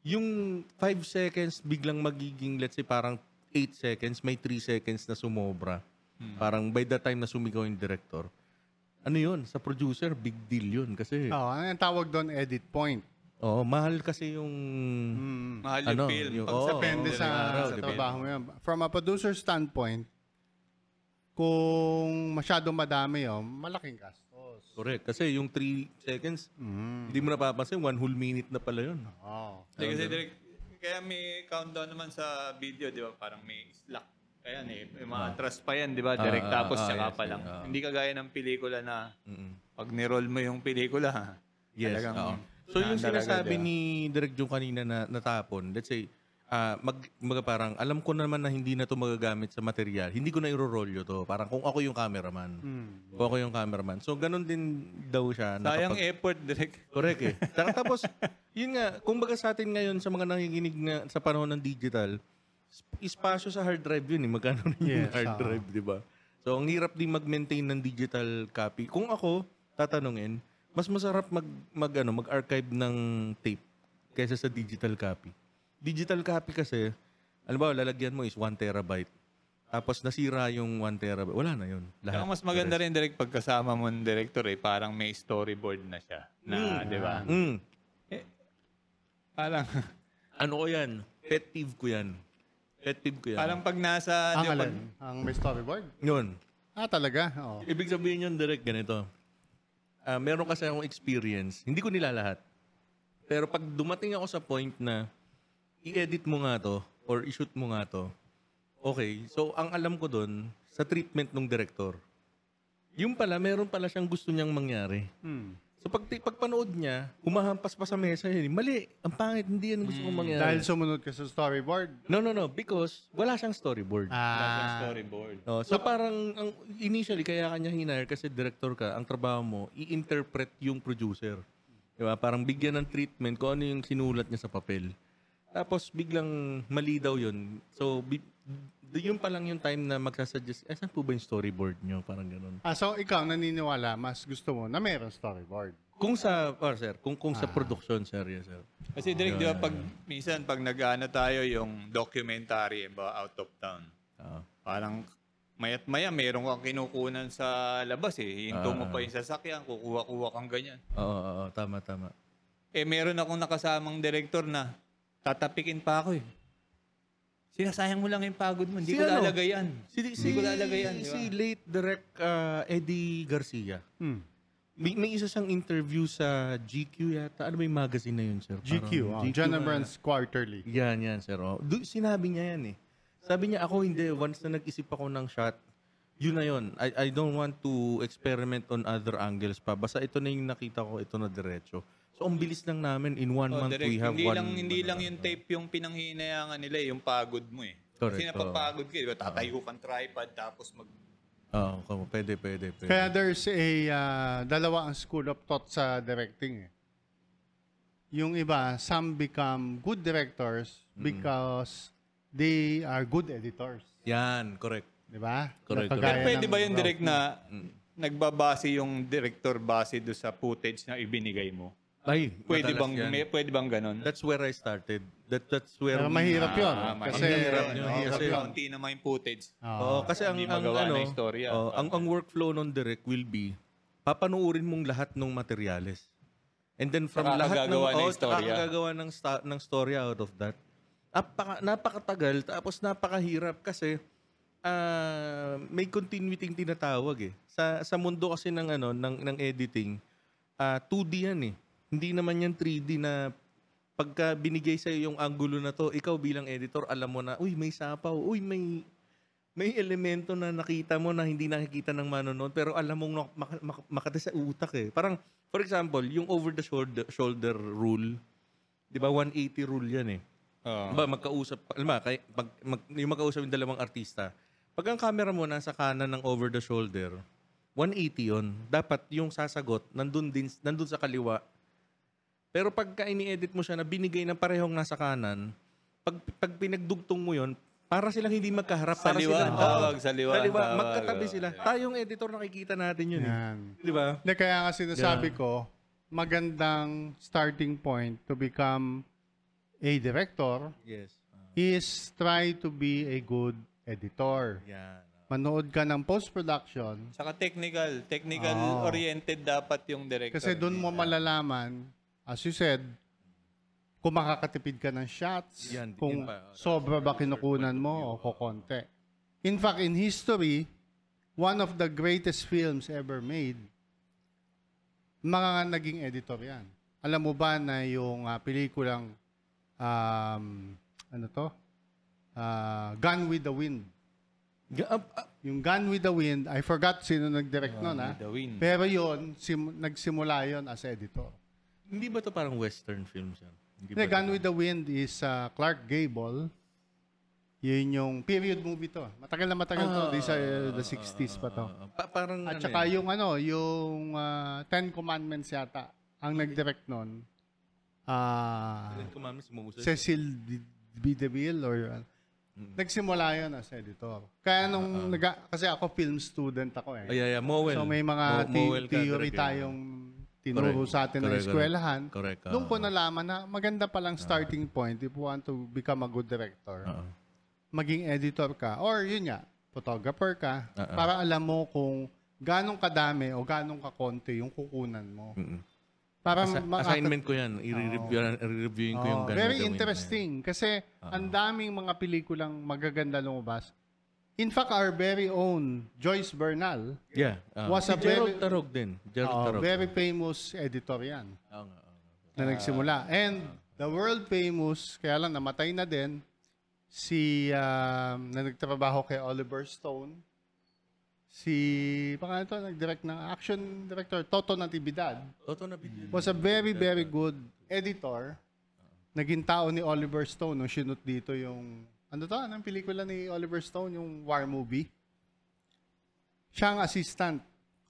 yung 5 seconds biglang magiging let's say parang 8 seconds, may 3 seconds na sumobra. Parang by the time na sumigaw yung director. Ano yun? Sa producer, big deal yun. Kasi, Oh, ano yung tawag doon? Edit point. oh, mahal kasi yung... Mm. Mahal Ano, yung film. yung- Pag oo, sa Depende oo, sa, araw, sa depende. trabaho mo yun. From a producer standpoint, kung masyadong madami, oh, malaking gastos. Correct. Kasi yung 3 seconds, Mm. hindi mo napapansin, one whole minute na pala yun. Oh. Hindi, kasi direct, kaya may countdown naman sa video, di ba? Parang may slack. Ayan eh, may mga atras pa yan, di ba? Direct Ah, ah, tapos ah, saka yes, pa lang. yes, ah. Hindi kagaya ng pelikula na Mm-mm. pag niroll mo yung pelikula, Yes. talagang oo. So yung naandar agad, ah. sinasabi di ba? ni Direk Jung kanina na natapon, let's say, ah, mag, mga parang, alam ko naman na hindi na to magagamit sa material. Hindi ko na irorolyo to. Parang kung ako yung cameraman. Kung ako yung cameraman. So ganun din daw siya. na Hmm. Sayang kapag- effort, direct. Correct eh. [laughs] Tsaka tapos, yun nga, kumbaga sa atin ngayon sa mga nanginginig na sa panahon ng digital, sp- espasyo sa hard drive yun eh. Magkano na yung Yes, hard ah. drive, di ba? So, ang hirap din mag-maintain ng digital copy. Kung ako, tatanungin, mas masarap mag, mag, ano, mag-archive ng tape kaysa sa digital copy. Digital copy kasi, alam ba, lalagyan mo is 1 terabyte. Tapos nasira yung 1 terabyte. Wala na yun. Saka Lahat. mas maganda rin direct pagkasama mo ng director eh, parang may storyboard na siya. Na, di ba? Mm. [laughs] Parang, Ano ko yan? Pet peeve ko yan. Pet peeve ko yan. parang pag nasa, Ang di ba, alam, pag- ang may storyboard. Yun. Ah, talaga? Oo. Ibig sabihin yun direct ganito. Ah, meron kasi akong experience. Hindi ko nila lahat. Pero pag dumating ako sa point na i-edit mo nga to or i-shoot mo nga to, okay, so ang alam ko doon sa treatment ng director, yung pala, meron pala siyang gusto niyang mangyari. Hmm. So pag, pagpanood niya, humahampas pa sa mesa yun. Mali, ang pangit, hindi yan gusto kong mangyari. Hmm. Dahil sumunod ka sa storyboard. no, no, no, because wala siyang storyboard. nasa Ah, storyboard. No, Oh, so parang ang initially kaya kanya hinire kasi director ka, ang trabaho mo i-interpret yung producer. 'Di ba? Parang bigyan ng treatment kung ano yung sinulat niya sa papel. Tapos biglang mali daw 'yun. So bi- d- yun pa lang yung time na magsasuggest, eh, saan po ba yung storyboard niyo? Parang ganun. ah, so ikaw naniniwala, mas gusto mo na mayroong storyboard. Kung sa, or sir, kung, kung sa Ah. production, sir, yes, sir. Kasi direct, di ba, pag, minsan pag nag-ano tayo yung documentary, ba, out of town, Oo. parang maya't maya meron kang kinukunan sa labas eh. Hinto Ah. mo pa yung sasakyan, kukuha-kuha kang ganyan. Oo, oo, oo, tama, tama. Eh meron akong nakasamang director na tatapikin pa ako eh. Sinasayang mo lang yung pagod mo. Si Hindi ko ano? lalagay yan. Si, Hindi ko lalagay yan, di ba? Si late direct ah, Eddie Garcia. Hmm. May, may isa siyang interview sa GQ yata. Ano ba yung magazine na yun, sir? GQ, Parang oh, John na- Abrams Quarterly. Yan, yan, sir. Oh. Du- sinabi niya yan eh. Sabi niya, ako hindi. Once na nag-isip ako ng shot, yun na yun. I, I don't want to experiment on other angles pa. Basta ito na yung nakita ko, ito na diretso. So, ang bilis lang namin. In one Oh, month, direct. we have hindi one. lang, hindi lang yung tape yung pinanghinayangan nila eh, yung pagod mo eh. Correct, Kasi oo. napapagod ka, di ba? Tatayo kang tripod tapos mag... Oo, oh, pwede, pwede, pwede. Kaya there's a ah, dalawa ang school of thought sa directing eh. Yung iba, some become good directors Hmm. because they are good editors. Yan, correct. Di ba? Correct, correct. Na kagaya Pwede ng ba yung Ralph direct na Mm. nagbabase yung director base do sa footage na ibinigay mo? Ay, Pwede madalas bang yan. may, pwede bang ganun? That's where I started. That, that's where... Pero we- mahirap yun. Ah, kasi, mahirap yun. mahirap Kasi yun. kaunti naman yung footage. Oo. Oo, Oh, kasi ang, Hindi ang magawa ano, na istorya. oo, ang ang workflow non direct will be papanuurin mong lahat ng materyales. And then from Saka ang lahat ng gagawa ng oo, saka ang istorya. gagawa ng sta- ng story out of that. Napaka, napakatagal tapos napakahirap kasi ah, may continuity yung tinatawag eh. Sa sa mundo kasi ng ano ng ng editing, ah 2D yan eh. Hindi naman yan 3D na pagka binigay sa yung angulo na to, ikaw bilang editor, alam mo na, uy, may sapaw, uy, may may elemento na nakita mo na hindi nakikita ng manonood pero alam mong nak- mak- mak- makati sa utak eh. Parang, for example, yung over the shoulder, shoulder rule, di ba, 180 rule yan eh. Oo. Ba, magkausap, alam mo, kay, pag, mag, yung magkausap yung dalawang artista, pag ang camera mo nasa kanan ng over the shoulder, 180 yon Dapat yung sasagot, nandun, din, nandun sa kaliwa. Pero pagka ini-edit mo siya na binigay ng parehong nasa kanan, pag, pag pinagdugtong mo yon para silang hindi magkaharap. Sa para liwa silang, ang tawag, Oo, sa liwa ang Ah, tawag. ah. Magkatabi Oo, sila. Tayong editor nakikita natin yun. eh. Yan. Di ba? Hindi, kaya nga sinasabi ko, magandang starting point to become a director Yes. Ah, is try to be a good editor. yan. Manood ka ng post-production Saka technical, technical oriented dapat yung director. Ah. Kasi doon mo malalaman, as you said, kung makakatipid ka ng shots, Yan, yun kung pa. sobra ba kinukunan mo o kokonte. In fact, in history, one of the greatest films ever made, mga naging editor yan. Alam mo ba na yung ah, pelikulang, um, ano to? Ah, Gone with the Wind. Ga- ah, ah, Yung Gone with the Wind, I forgot sino nag-direct nun ha. Ah, The win. Pero yon sim- nagsimula yon as editor. hindi ba to parang western film siya? Hindi Hindi, ba- Gone with the Wind is uh, Clark Gable. Yun yung period movie to. Matagal na matagal to. Di sa uh, the 60s pa to. Ah, pa- parang At ano saka eh. yung ano, yung uh, Ten Commandments yata. Ang nag-direct nun. ah, Ilan kumami si Moses? Cecil D- B. DeVille or uh, Hmm. Nagsimula yun as editor. Kaya Ah, nung, naga- kasi ako film student ako eh. Ay, ay, ay, Mowell. So may mga Mo- thi- Mowell ka theory talaga. tayong tinuro Correct. sa atin ng Correct, correct. eskwelahan. Correct, ah. Doon ko nalaman na maganda palang starting point if you want to become a good director. Oo. Maging editor ka or yun nga, photographer ka Ah, ah. para alam mo kung ganong kadami o ganong kakonti yung kukunan mo. Mm-mm. Para Asa- maka- assignment ko yan. I-review, reviewin ko yung Oo, ganun Oh. gawin Ah. Very na yan. interesting kasi ang daming mga pelikulang magaganda lumabas. In fact, our very own Joyce Bernal, Yeah. ah. Was si a Gerald very- Tarog din. Gerald oo, Tarog. very famous editor yan. Oo nga, ah. oo nga. na nagsimula. And the world famous, kaya lang namatay na din, si um, na nagtrabaho kay Oliver Stone. Si, pangalan to, nag-direct ng action director, Toto Natividad, Totoo na video. was a very, very good editor. Naging tao ni Oliver Stone nung sinut dito yung, ano to, anong pelikula ni Oliver Stone, yung war movie. Siya ang assistant.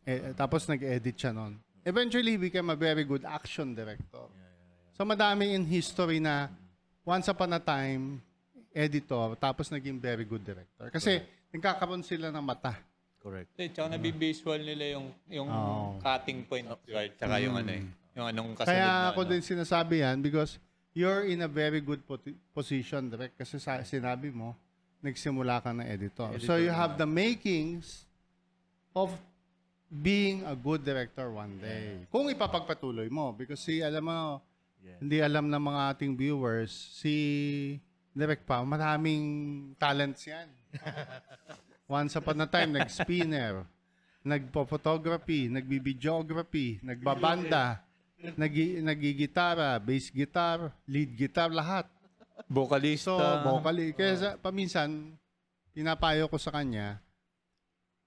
Eh, eh, tapos nag-edit siya noon. Eventually, he became a very good action director. So madami in history na once upon a time, editor, tapos naging very good director. Kasi nagkakaroon sila ng mata. Correct. Eh, tsaka nabivisual nila yung, yung Ah, Oo. Hmm. cutting point. Right, tsaka yung ano eh. Yung anong kasunod na Kaya ako ano. din sinasabi yan because you're in a very good poti- position, direct. Kasi sa, sinabi mo, nagsimula ka ng editor. So you have the makings of being a good director one day. Kung ipapagpatuloy mo. Because si, alam mo, hindi alam ng mga ating viewers, si Direk pa, maraming talents [laughs] yan. Once upon a time, nag-spinner, nagpo-photography, nagbibideography, nagbabanda, nag nagigitara, bass guitar, lead guitar, lahat. Vocalista. So, vocally. Kaya sa, Ah. paminsan, pinapayo ko sa kanya,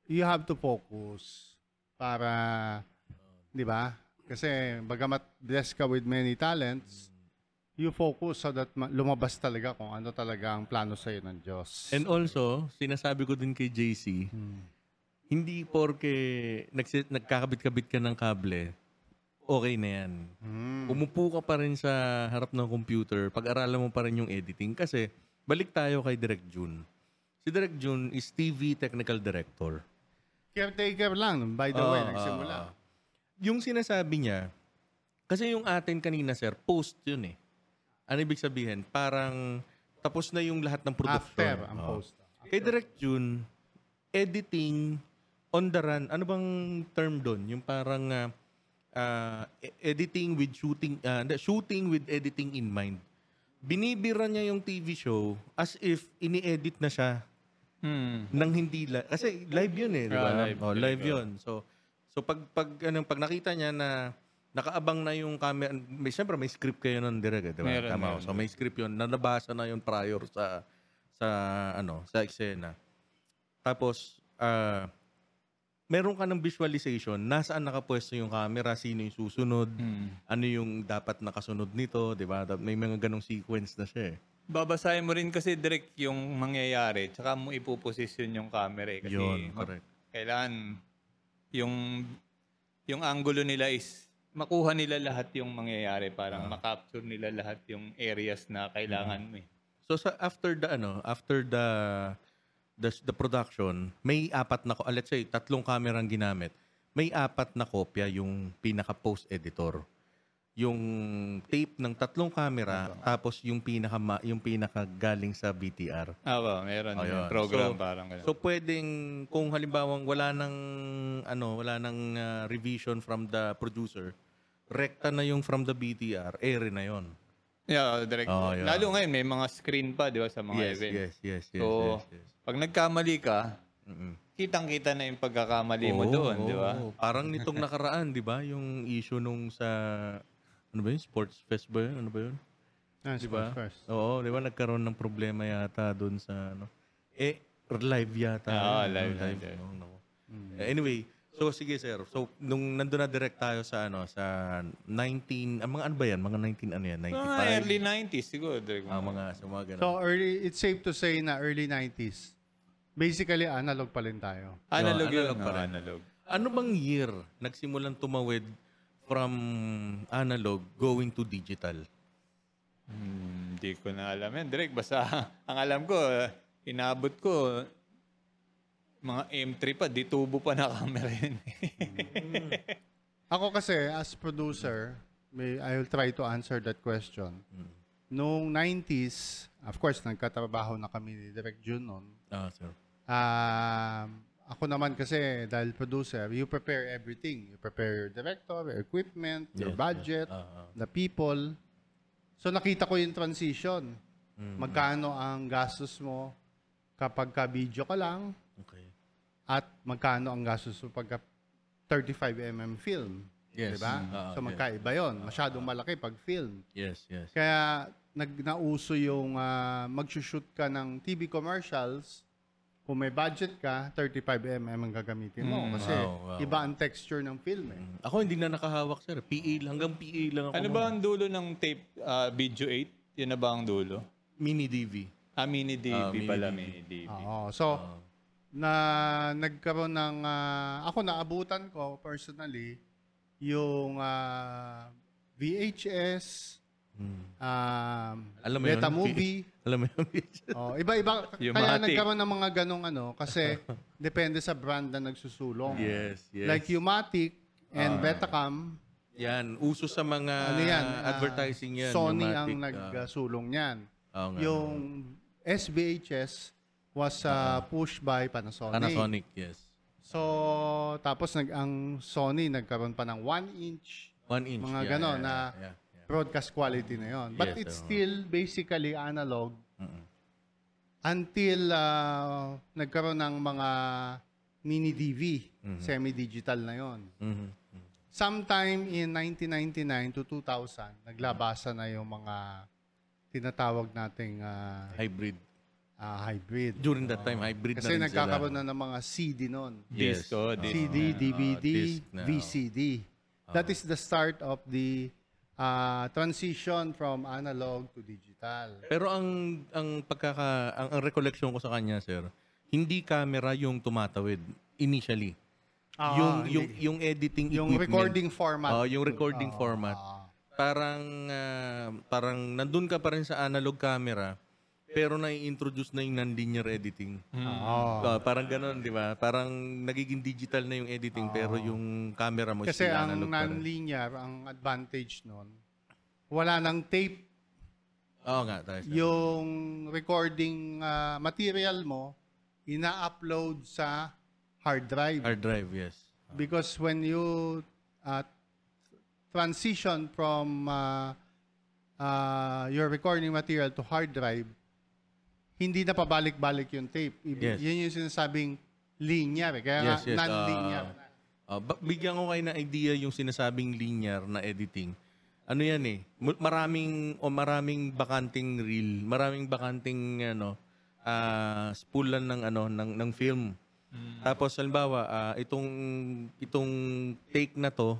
you have to focus para, di ba? Kasi bagamat blessed ka with many talents, Mm. you focus so that ma- lumabas talaga kung ano talaga ang plano sa'yo ng Diyos. And also, sinasabi ko din kay JC, Hmm. hindi porke nagsi- nagkakabit-kabit ka ng kable, okay na yan. Hmm. Umupo ka pa rin sa harap ng computer, pag-aralan mo pa rin yung editing. Kasi, balik tayo kay Direct June. Si Direct June is TV technical director. Caretaker lang, by the way, Oo, nagsimula. oo, oo. Yung sinasabi niya, kasi yung atin kanina, sir, post yun eh. Ano ibig sabihin? Parang tapos na yung lahat ng production. Ah. After Ah, ang Oo. post. Kay Direct June, editing on the run, ano bang term doon? Yung parang ah, ah, e- editing with shooting, ah, hindi, shooting with editing in mind. Binibira niya yung TV show as if ini-edit na siya Hmm. nang hindi live. Kasi live yun eh, di ba? Ah, live, live. oh, live yun. So, so pag, pag, ano, pag nakita niya na nakaabang na yung camera, may, siyempre may script kayo nun direct, eh, di ba? Meron, Tama. meron, so may script yun, nanabasa na yun prior sa, sa, ano, sa eksena. Tapos, ah, meron ka ng visualization, nasaan nakapwesto yung camera, sino yung susunod, hmm. ano yung dapat nakasunod nito, di ba? May mga ganong sequence na siya eh. Babasahin mo rin kasi direct yung mangyayari. Tsaka mo ipoposisyon yung camera eh. Kasi Yun, mag- correct. kailangan yung yung angulo nila is makuha nila lahat yung mangyayari. Parang Ah. makapture nila lahat yung areas na Mm-hmm. kailangan mo eh. So sa after the ano, after the the, the production, may apat na ko, let's say tatlong camera ang ginamit. May apat na kopya yung pinaka post editor. yung tape ng tatlong camera tapos yung pinaka yung pinaka galing sa BTR. Apo, meron Ayun. yung program So- parang ganun. So pwedeng kung halimbawang wala nang ano, wala nang ah, revision from the producer, rekta na yung from the BTR, ere na yon. yeah, direct. Oh, yeah. Lalo ngayon, may mga screen pa, di ba, sa mga Yes, event. yes, yes, yes, so, yes, yes. pag nagkamali ka, Mm-mm. kitang-kita na yung pagkakamali mo Oo, doon, di ba? oo. Parang nitong nakaraan, di ba? Yung issue nung sa, ano ba yun? Sports Fest ba yun? Ano ba yun? Ah, Di ba? First. Oo, di ba? Nagkaroon ng problema yata doon sa, ano? Eh, live yata. Oo, yun. Ah, live, live. Oo, nako. Eh, Anyway, so sige sir. So, nung nandun na direct tayo sa, ano, sa 19, ang mga ano ba yan? Mga 19 ano yan? Mga 95? Ah, early 90s siguro. direct. Ah, mga, so mga ganun. So early, it's safe to say na early 90s. Basically, analog pa rin tayo. analog Yeah, analog yun. pa oh, rin. analog. Ano bang year nagsimulan tumawid from analog going to digital? Hmm, Hindi ko na alam yan. Direk, basta [laughs] ang alam ko, inabot ko, mga M3 pa, di tubo pa na camera yun. [laughs] Ako kasi, as producer, may, I'll try to answer that question. Mm. Noong 90s, of course, nagkatrabaho na kami ni Direk June noon. Ah, sir. Um, ako naman kasi, dahil producer, you prepare everything. You prepare your director, your equipment, Yes, your yes. budget, Ah, ah. the people. So nakita ko yung transition. Mm. Magkano ang gastos mo kapag ka-video ka lang Okay. at magkano ang gastos mo pagka 35mm film. Yes. Diba? Ah, so yes. magkaiba yon Masyadong malaki pag film. Yes, yes. Kaya nag nauso yung ah, magshushoot ka ng TV commercials, kung may budget ka, 35mm ang gagamitin mo. Mm, kasi wow, wow. iba ang texture ng film eh. Mm. Ako hindi na nakahawak, sir. PA lang. Hanggang PA lang ako. ano ba ang dulo ng tape, ah, video 8? Yun na ba ang dulo? Mini DV. Ah, mini DV Ah, mini Ah. pala, DV. mini DV. Oo. So, na nagkaroon ng, ah, ako naabutan ko personally, yung ah, VHS, Mm. um, Alam mo Beta yun? [laughs] Movie, Alam mo yun? Oh, iba-iba. Yung kaya matik. nagkaroon ng mga ganong ano kasi [laughs] depende sa brand na nagsusulong. yes, yes. Ah. Like Umatic and Betacam, Yan. Uso sa mga ano yan? ah, advertising yan. Sony pneumatic, ang ah. ano. nagsulong niyan. Oo nga. Yung SBHS was uh, pushed by Panasonic. Ah. Panasonic, yes. So, tapos nag ang Sony nagkaroon pa ng 1-inch One inch. Mga yeah, yeah, ganon ah. na- yeah, yeah. broadcast quality na yon. But Yes, it's oo. still basically analog Mm-mm. until ah, nagkaroon ng mga mini DV, Mhm. semi-digital na yon. Mhm. Sometime in 1999 to 2000, naglabasa na yung mga tinatawag nating ah, Hybrid. ah, hybrid. During that time, hybrid Kasi na rin sila. nagkakaroon na ng mga CD noon. Yes. Oo. Disco, disco. CD, Ah, DVD, disc ah. na, uh-huh. VCD. That is the start of the ah, transition from analog to digital. Pero ang ang pagkaka ang, ang recollection ko sa kanya, sir, hindi camera yung tumatawid initially. Ah, yung hindi. yung yung editing Yung equipment. recording format. Oo, yung recording Ah, format. ah. Parang ah, parang nandun ka pa rin sa analog camera pero nai-introduce na yung non-linear editing. Ah. Ah, parang ganun, di ba? Parang nagiging digital na yung editing pero yung camera mo Ah. Kasi still ang analog pa rin. non-linear, ang advantage nun, wala nang tape Oo nga, tayo. sir. yung recording ah, material mo, ina-upload sa hard drive. Hard drive, yes. Because when you ah, transition from ah, ah, your recording material to hard drive, hindi na pabalik-balik yung tape. Yes. Ibig- Yun yung sinasabing linear. eh. Kaya nga, Yes, yes, ah. non-linear. na. Ah, ba- bigyan ko kayo ng idea yung sinasabing linear na editing. Ano yan eh? mu- Maraming o maraming bakanting reel, maraming bakanting ano ah spulan ng ano ng ng film. Tapos halimbawa, ah, itong itong take na to,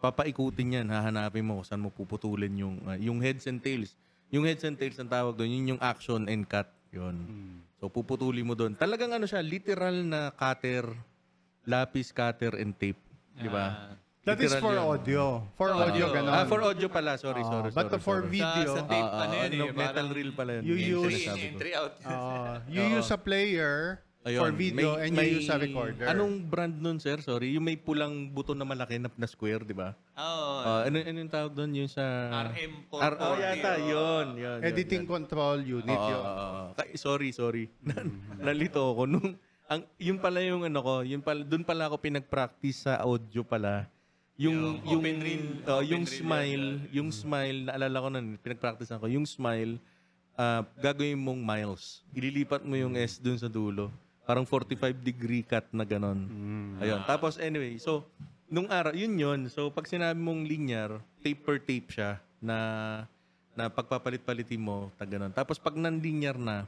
papaikutin yan, hahanapin mo kung saan mo puputulin yung ah, yung heads and tails. Yung heads and tails ang tawag doon, yun yung action and cut. Yun. So puputuli mo doon. Talagang ano siya, literal na cutter, lapis, cutter, and tape. Di ba? That is Literal for yun. audio. For Ah. audio, ganun. Ah, for audio pala. Sorry, sorry. but sorry, for sorry. video, Sa, sa [laughs] tape, Ah, ah, ano yun ano, eh, metal parang reel pala yun. you Yun yung use- Entry in, uh, sinasabi ko. entry out. Oo. you use a player Ayun, for video may- and you may- use a recorder. Anong brand nun, sir? Sorry. Yung may pulang buto na malaki na, na square, di ba? Oo. Ah, ano, ano yung tawag doon? Yung sa... RM440. R- oh, yata. Yun, yun. yun, Editing control unit Oo, yun. oo, oo. Ay, sorry, sorry. [laughs] Na- Nalito ako nung ang yun pala yung ano ko, yun pala doon pala ako pinag-practice sa audio pala. Yung yung Yung open reel, oo, open yung reel smile, yung smile naalala ko noon, pinag-practice ko yung smile ah, gagawin mong miles. Ililipat mo yung S doon sa dulo. Parang 45 degree cut na ganon. Mm. Ayun. Tapos anyway, so nung araw, yun yun. So pag sinabi mong linear, tape per tape siya na na pagpapalit-palitin mo, tag ganon. Tapos pag non-linear na,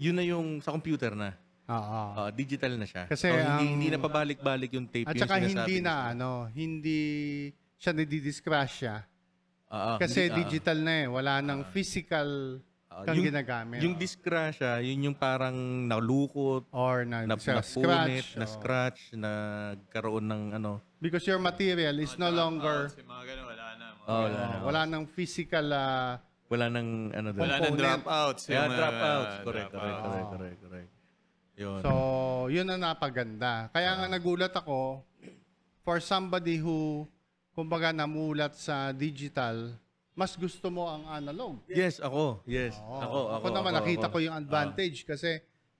yun na yung sa computer na. Oo. Ah, digital na siya. Kasi So, hindi, ang- hindi na pabalik-balik yung tape At yung saka sinasabi hindi niya. na ano, hindi siya nadidiscrash siya. Ah, ah, Kasi hindi- ah, digital na eh. Wala nang physical ah. kang yung, ginagamit. Yung disc crash, ah, yun yung parang nalukot, or na, na, sa na punit, scratch. na oh. scratch, na karoon ng ano. Because your material is no longer, Si mga ganun, wala na. Mga- Oh, Ah, wala, oh, na. wala nang physical ah, Wala nang ano doon. Wala nang Component. dropouts. Yeah, yung, dropouts. uh, Correct, correct, dropouts. correct, correct, correct. Yun. So, yun ang napaganda. Kaya Ah. nga nagulat ako for somebody who kumbaga namulat sa digital, mas gusto mo ang analog. yes, ako. Yes. Oo. Ako, ako. naman ako, nakita ako. Ah. ko yung advantage kasi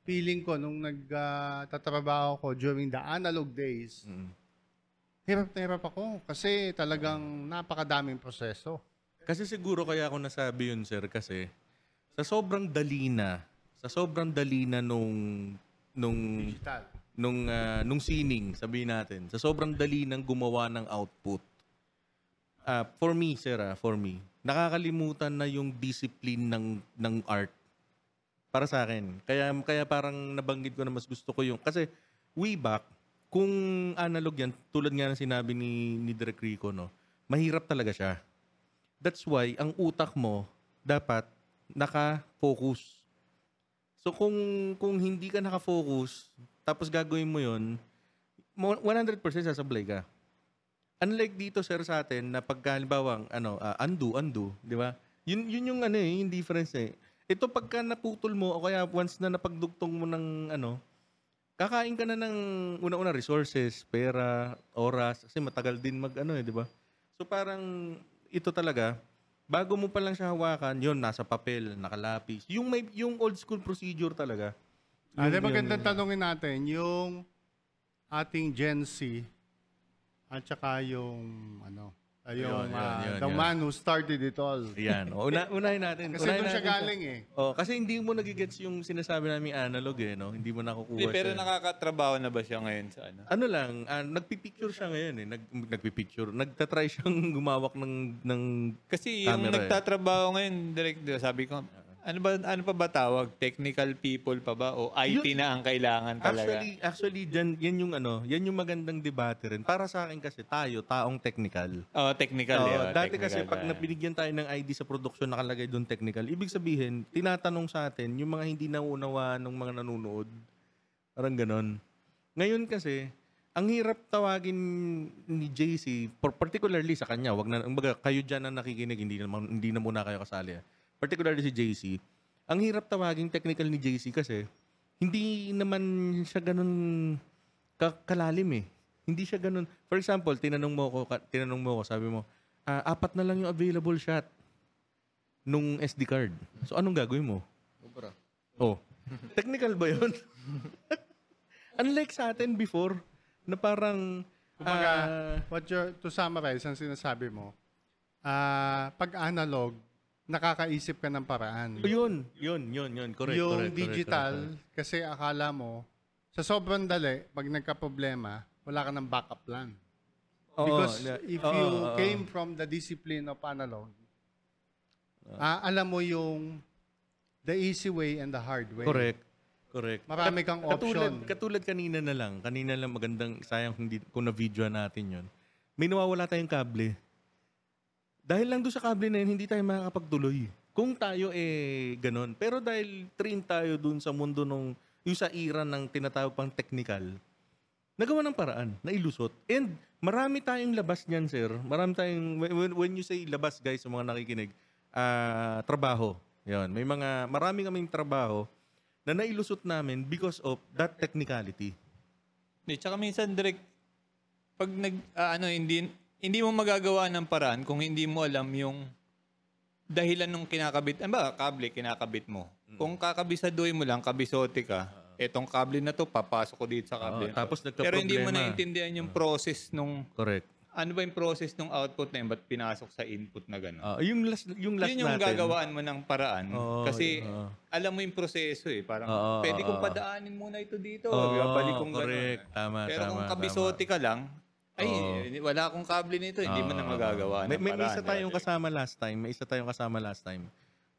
feeling ko nung nagtatrabaho ko during the analog days, Mm. hirap na hirap ako kasi talagang napakadaming proseso. Kasi siguro kaya ako nasabi yun, sir, kasi sa sobrang dali na, sa sobrang dali na nung nung Digital. nung ah, nung sining, sabihin natin, sa sobrang dali ng gumawa ng output. Ah, for me, sir, ah, for me, nakakalimutan na yung discipline ng ng art para sa akin. Kaya kaya parang nabanggit ko na mas gusto ko yung kasi way back kung analog yan tulad nga ng sinabi ni ni Direk Rico no, mahirap talaga siya. That's why ang utak mo dapat naka-focus. So kung kung hindi ka naka-focus tapos gagawin mo 'yon, mo- 100% sasablay ka. Unlike dito sir sa atin na pagka halimbawa, ano ah, undo undo, 'di ba? Yun yun yung ano eh, yung difference eh. Ito pagka naputol mo o kaya once na napagdugtong mo ng ano, kakain ka na ng una-una resources, pera, oras, kasi matagal din mag ano eh, di ba? So parang ito talaga, bago mo palang siya hawakan, yun, nasa papel, nakalapis. Yung, may, yung old school procedure talaga. Yun, Ah, di yun, magandang yun. tanongin natin yung ating Gen Z at saka yung ano, ah, yung Yun, yun, ah, yun, the yun. man who started it all. Ayan. O, Una, unahin natin. Kasi unahin doon siya natin galing eh. Oh, kasi hindi mo nagigets yung sinasabi namin analog eh, no? Hindi mo nakukuha. Hindi, pero siya. nakakatrabaho na ba siya ngayon sa ano? ano lang, ah, nagpipicture siya ngayon eh. Nag, nagpipicture. Nagtatry siyang [laughs] gumawak ng, ng Kasi yung Camera eh. Ah. nagtatrabaho ngayon, direct sabi ko, ano ba ano pa ba tawag? Technical people pa ba o IT na ang kailangan talaga? Actually, actually dyan, yan yung ano, yan yung magandang debate rin. Para sa akin kasi tayo, taong technical. oh, technical. Oo, eh, oh, dati technical kasi pag na. napinigyan tayo ng ID sa production nakalagay doon technical, ibig sabihin, tinatanong sa atin yung mga hindi nauunawaan ng mga nanonood. Parang ganon. Ngayon kasi, ang hirap tawagin ni JC, por- particularly sa kanya, wag na, kumbaga, kayo dyan na nakikinig, hindi na, hindi na muna kayo kasali. ah. Particularly si JC, ang hirap tawagin technical ni JC kasi hindi naman siya ganun ka- kalalim eh. Hindi siya ganun. For example, tinanong mo ko, ka- tinanong mo ko, sabi mo, "Ah, apat na lang yung available shot nung SD card. So anong gagawin mo? Sobra. Oh. [laughs] Technical ba yun? [laughs] Unlike sa atin before, na parang... Kumbaga, ah, what you're, to summarize ang sinasabi mo, ah pag analog, nakakaisip ka ng paraan. yun, yun, yun, yun. Correct, yung correct, correct, digital, correct, kasi akala mo, sa sobrang dali, pag nagka-problema, wala ka ng backup plan. correct. Because Oo, na- if oo, you oo, oo. came from the discipline of analog, ah, alam mo yung the easy way and the hard way. Correct. Correct. Marami Kat- kang Katulad, option. katulad kanina na lang, kanina lang magandang, sayang kung, di, kung na-video natin yon. May nawawala tayong kable. Dahil lang doon sa kable na yun, hindi tayo makakapagtuloy. Kung tayo eh ganun. Pero dahil train tayo doon sa mundo nung, yung sa era ng tinatawag pang technical, nagawa ng paraan, nailusot. And marami tayong labas niyan, sir. Marami tayong, when- when, when you say labas, guys, sa mga nakikinig, ah, trabaho. Yun, may mga, marami kaming trabaho na nailusot namin because of that technicality. Hindi, tsaka minsan direct, pag nag, ah, ano, hindi, hindi mo magagawa ng paraan kung hindi mo alam yung dahilan nung kinakabit. Ano ba, kable kinakabit mo. Mm. Kung kakabisaduhin mo lang, kabisote ka, etong kable na to, papasok ko dito sa kable. Oo, na to. Ah. tapos Pero hindi nagka-problema. mo Ah. naintindihan yung process nung, Correct. ano ba yung process nung output na yun, ba't pinasok sa input na gano'n. Ah, yung last yung last Yun yung natin. gagawaan mo ng paraan. Oo, kasi yun, oo. alam mo yung proseso eh. Parang Oo, pwede oo, kong oo. padaanin muna ito dito. Oo, di ba? Oh, Balik kong ganun. correct. Tama, Pero kung tama, kabisote ka lang, ay, Oo. wala akong kable nito. Hindi mo na Oo. magagawa ng May, may, may paraan, isa di ba? tayong kasama last time. May isa tayong kasama last time.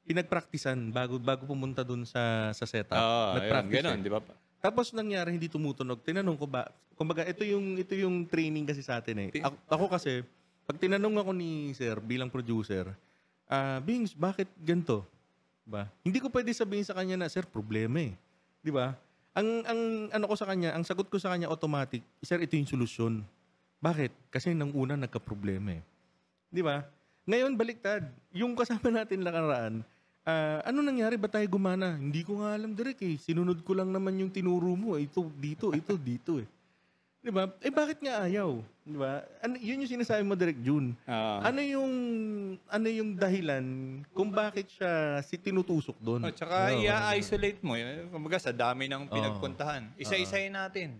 Pinagpraktisan bago bago pumunta dun sa sa setup. Oo, Ah, ayun, Nagpractice ganun, siya. di ba? Tapos nangyari hindi tumutunog. Tinanong ko ba, kumbaga ito yung ito yung training kasi sa atin eh. Ti- Ako, ako kasi pag tinanong ako ni sir bilang producer, ah Bings, bakit ganito? Ba? Hindi ko pwede sabihin sa kanya na sir problema eh. 'Di ba? Ang ang ano ko sa kanya, ang sagot ko sa kanya automatic, sir ito yung solusyon. Bakit? Kasi nang una nagka-problema eh. Di ba? Ngayon, baliktad. Yung kasama natin nakaraan, ah, ano nangyari ba tayo gumana? Hindi ko nga alam, Derek eh. Sinunod ko lang naman yung tinuro mo. Eh, Ito, dito, ito, [laughs] dito eh. Di ba? Eh, bakit nga ayaw? Di ba? Ano, yun yung sinasabi mo, Derek June. Oo. Ano yung ano yung dahilan kung bakit siya si tinutusok doon? Oh, tsaka Oo. i-isolate mo. yun. Kumbaga sa dami ng pinagpuntahan. Isa-isayin natin.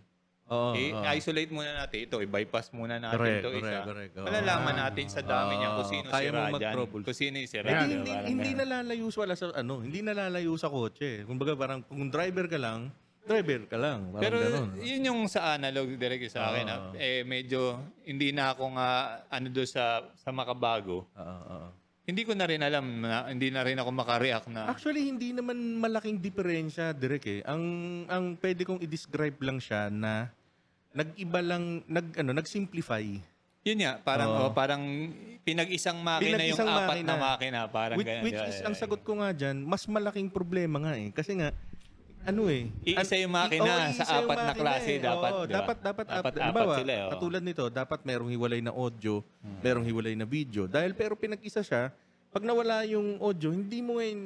Oo, Eh, oo. I-isolate muna natin ito. I-bypass muna natin Correct, ito correct, isa. correct, oo. Malalaman natin sa dami niya kung Oo, sino kaya si mo Rajan. mag-troubleshoot. Kung sino yung si Hindi, Rajan. hindi, parang hindi ganun. nalalayo sa wala sa ano, hindi nalalayo sa kotse. Kumbaga parang kung driver ka lang, driver ka lang. Parang Pero ganun. yun yung sa analog direct sa akin. ah. eh, medyo hindi na ako nga ano do sa, sa makabago. Oo, oo. Hindi ko na rin alam. Na, hindi na rin ako makareact na. Actually, hindi naman malaking diferensya, Direk eh. Ang, ang pwede kong i-describe lang siya na nag-iba lang, nag, ano, nag-simplify. Yun nga, parang, oh, parang pinag-isang makina Pinag-isang yung apat na makina. makina. Parang Which, ganun. Eh, which is, ang sagot ko nga dyan, mas malaking problema nga eh. Kasi nga, ano eh. Iisa an- yung makina Oo, iisa sa yung apat na makina eh. klase, dapat, Oo, di ba? dapat, dapat, Dapat apat halimbawa, sila, oh. Hmm. oo. Katulad nito, dapat merong hiwalay na audio, merong hiwalay na video. Dahil pero pinag-isa siya, pag nawala yung audio, hindi mo ngayon,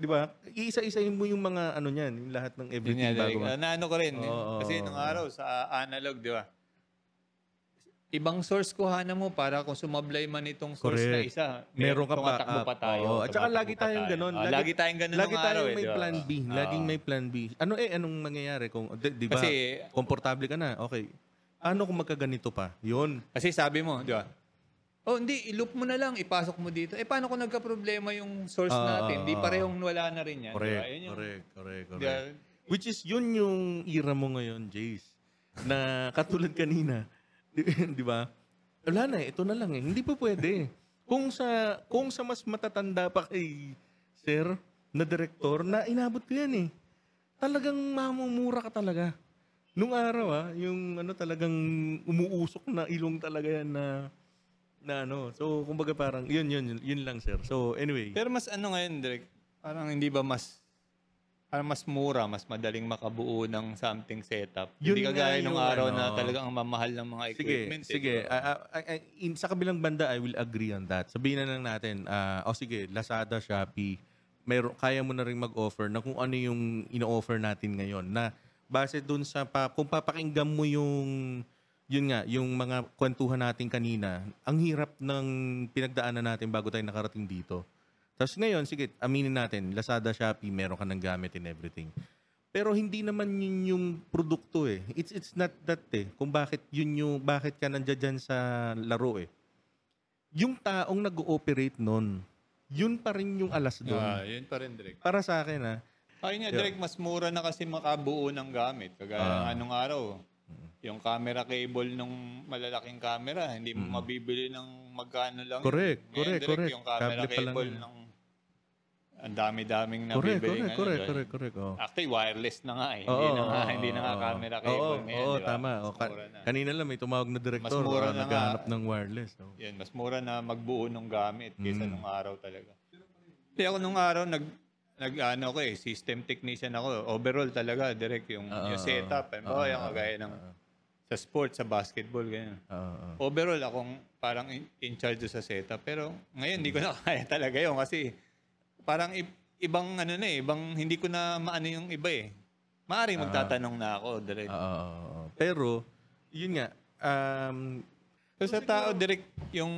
di ba? Iisa-isahin mo yung mga ano niyan, yung lahat ng Yun nga, everything bago. Derek. nga. Ah, naano ko rin. Oo, kasi oo, nung araw sa analog, di ba? Ibang source ko hana mo para kung sumablay man itong source na Correct. isa. may- Meron ka Eh, tumatakbo backup. pa tayo. Oo, At saka tumatakbo lagi pa tayong tayo. ganun. Ah, lagi, tayong ganun Lagi nung tayong araw. eh, may di ba? plan B. Ah. Laging may plan B. Ano eh, anong mangyayari? Kung, di, di ba, Kasi, komportable ka na. Okay. Ano kung magkaganito pa? Yun. kasi sabi mo, di ba? Oh, hindi, iloop mo na lang, ipasok mo dito. Eh, paano kung nagka-problema yung source Ah, natin? Di ah, parehong wala na rin yan. di ba? Correct, Yun yung- correct, correct, di ba? correct. Which is, yun yung era mo ngayon, Jace. Na katulad kanina, [laughs] di, di ba? Wala na eh, ito na lang eh. Hindi pa pwede. Kung sa, kung sa mas matatanda pa kay sir na direktor, na inabot ko yan eh. Talagang mamumura ka talaga. Nung araw ah, yung ano talagang umuusok na ilong talaga yan na na ano. So, kumbaga parang, yun, yun, yun, yun lang, sir. So, anyway. Pero mas ano ngayon, Direk, parang hindi ba mas parang mas mura, mas madaling makabuo ng something setup. Yun hindi nga kagaya nung yung araw ano. na talagang ang mamahal ng mga Sige, equipment. eh, sige. di ba? Ah, ah, ah, in, sa kabilang banda, I will agree on that. Sabihin na lang natin, ah, o sige, Lazada, Shopee, meron, kaya mo na rin mag-offer na kung ano yung ino-offer natin ngayon. Na base dun sa, pa, kung papakinggan mo yung, yun nga, yung mga kwentuhan natin kanina, ang hirap ng pinagdaanan natin bago tayo nakarating dito. Tapos ngayon, sige, aminin natin, Lazada, Shopee, meron ka ng gamit and everything. Pero hindi naman yun yung produkto eh. It's it's not that eh. Kung bakit yun yung bakit ka nandiyan dyan sa laro eh. Yung taong nag-ooperate noon, yun pa rin yung alas Ah, doon. yun pa rin, Direk. Para sa akin ah. Ayun Oh, nga, Yeah. Direk, mas mura na kasi makabuo ng gamit. Kagaya Ah. anong araw, yung camera cable nung malalaking camera, hindi mo mabibili ng magkano lang. Correct, Ngayon, correct, Direk, correct. Yung camera Kable pa lang cable yun. ng ang dami-daming Correct, nabibili. correct, ngayon, correct, di ba? correct, correct. Oh. Actually, wireless na nga eh. Oo, hindi na nga, oo, hindi na nga oo. camera Oo, cable ngayon, Oo, di ba? tama. Mas Oh, ka- mura na. kanina lang may tumawag na director. Mas mura oh, na nga. naghahanap ng wireless. oh. Yan, mas mura na magbuo ng gamit kaysa Mm. nung araw talaga. Kaya ako nung araw, nag, nag ano ko eh, system technician ako. Overall talaga, direct yung, Oo, yung setup. Ano oo, yung oo, kagaya ng sa sports, sa basketball, ganyan. Oo, oo. Overall, akong parang [laughs] in, in charge sa setup. Pero ngayon, hindi ko na kaya talaga yun kasi parang i- ibang ano na eh, ibang hindi ko na maano yung iba eh. Maaring magtatanong na ako direct. Oo. pero, yun nga, um, So, sa tao direct yung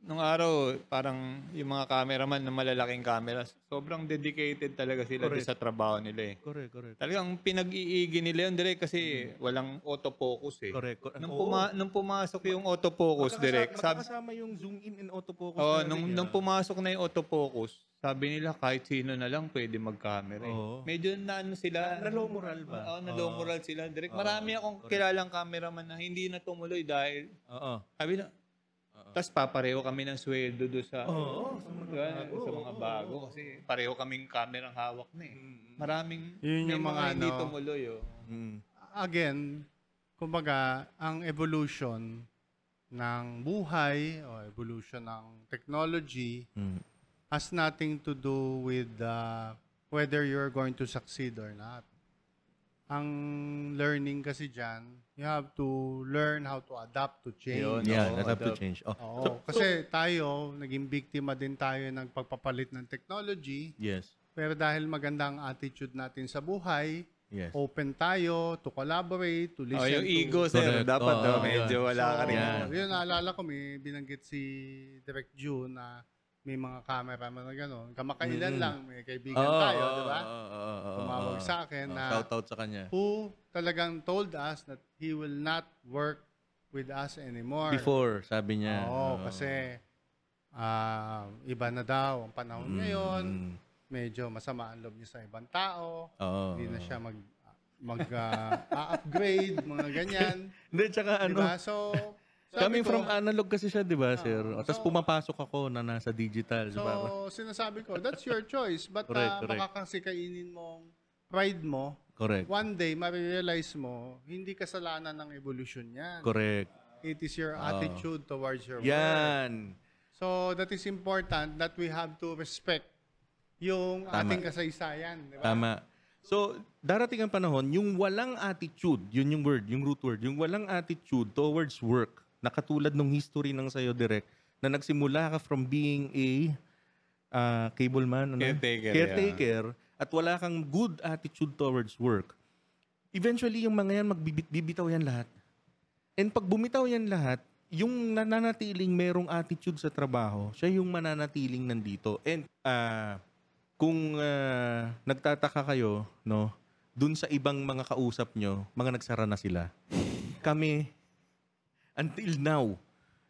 nung araw parang yung mga cameraman na malalaking camera, sobrang dedicated talaga sila doon sa trabaho nila eh. correct, correct. Talagang pinag-iigi nila yun direct kasi walang autofocus eh. Mm-hmm. Correct. Cor- Nung, oo. puma- nung pumasok yung autofocus Magkakasa- direct, sabi, magkakasama yung zoom in and autofocus. oh, na nung, rin yan. nung pumasok na yung autofocus, sabi nila kahit sino na lang pwede mag-camera eh. Oo. Medyo na ano sila. Na low moral ba? Oo, na low moral sila direct. Marami akong kilalang cameraman na hindi na tumuloy dahil Oo. sabi na, tapos papareho kami ng sweldo doon sa, Oo. Diba? sa mga bago kasi pareho kaming kamerang hawak na eh. Maraming Yun may yung mga hindi ano. tumuloy oh. Mm. again, kumbaga, ang evolution ng buhay o evolution ng technology Mm. has nothing to do with uh, whether you're going to succeed or not. Ang learning kasi dyan, you have to learn how to adapt to change. Yun. Yeah, Oo, that have to adapt. change. Oh. Oo, kasi tayo, naging biktima din tayo ng pagpapalit ng technology. Yes. Pero dahil maganda ang attitude natin sa buhay, Yes. open tayo to collaborate, to Oh, listen to... yung ego sir, Correct. dapat Oo, daw yun. medyo wala ka rin. Yan. Oo, yun, naalala ko, may binanggit si Direct June na may mga cameraman na gano'n. Kamakailan lang, may kaibigan tayo, di ba? oo, oo, oo, Tumawag oo. sa akin Oo, na Shout out sa kanya. who talagang told us that he will not work with us anymore. Before, sabi niya. Oo, kasi ah, iba na daw ang panahon Mm. ngayon. Medyo masama ang loob niya sa ibang tao. Oo. Hindi na siya mag mag ah, [laughs] upgrade mga ganyan. Hindi, tsaka Di ano, ba? So, sabi coming ko, Ah. from analog kasi siya, di ba, sir? O, Tapos so- pumapasok ako na nasa digital. So, parang- So, sinasabi ko, that's your choice. But Correct, uh, correct. makakasikainin mong pride mo, correct. one day, marirealize mo, hindi kasalanan ng evolution yan. Correct. It is your Ah. attitude towards your work. Yan. So, that is important that we have to respect yung Tama. ating kasaysayan. Di ba? Tama. So, darating ang panahon, yung walang attitude, yun yung word, yung root word, yung walang attitude towards work, na katulad nung history ng sayo direct, na nagsimula ka from being a ah, cable man, ano? Caretaker, Caretaker, at wala kang good attitude towards work. Eventually, yung mga yan, magbibitaw yan lahat. And pag bumitaw yan lahat, yung nananatiling merong attitude sa trabaho, siya yung mananatiling nandito. And ah, kung ah, nagtataka kayo, no, dun sa ibang mga kausap nyo, mga nagsara na sila. Kami, until now,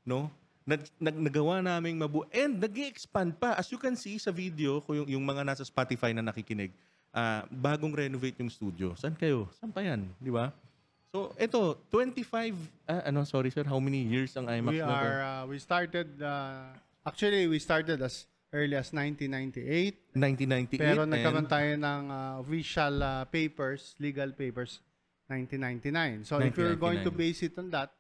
no, nag, nag, nagawa naming mabu... And nag expand pa. As you can see sa video, ko yung, yung mga nasa Spotify na nakikinig, ah, bagong renovate yung studio. Saan kayo? Saan pa yan? Di ba? So, eto, 25, ah, ano, sorry sir, how many years ang IMAX We na to? are, uh, we started, uh, actually, we started as early as 1998. 1998. Pero and- nagkaroon tayo ng uh, official uh, papers, legal papers, 1999. So if we're going to 1999. base it on that,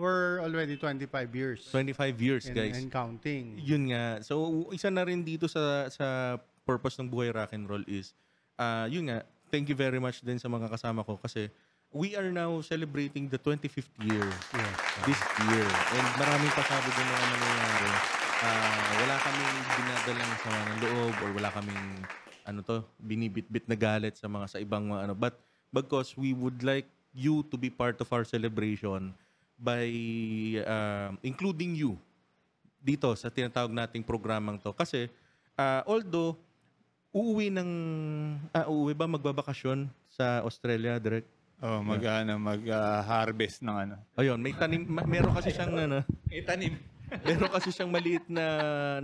we're already 25 years 25 years, in, guys. in counting. Yun nga. So, isa na rin dito sa sa purpose ng buhay rock and roll is, ah yun nga, thank you very much din sa mga kasama ko kasi we are now celebrating the 25th year Yes. this year. And maraming pasabog na mga nangyayari. Ah, wala kaming dinadalang sa ng loob or wala kaming ano to, binibitbit na galit sa mga sa ibang mga ano. But because we would like you to be part of our celebration by um, including you dito sa tinatawag nating programang to. Kasi ah, although uuwi ng ah, uuwi ba magbabakasyon sa Australia direct? Oh, mag ano, mag ah, harvest ng ano. Ayun, may tanim ma- meron kasi siyang ano, Itanim. Meron kasi siyang maliit na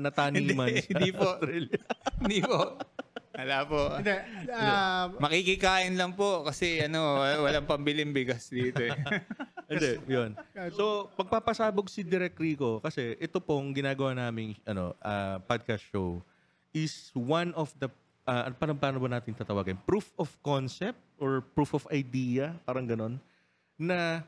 nataniman Hindi, [laughs] hindi po. Australia. Hindi po. Wala po. Hindi, uh, Makikikain lang po kasi ano, walang pambiling bigas dito eh. Hindi, yun. So, pagpapasabog si Direk Rico, kasi ito pong ginagawa naming ano, ah, podcast show is one of the, ah, ano paano, paano ba natin tatawagin? Proof of concept or proof of idea, parang ganon, na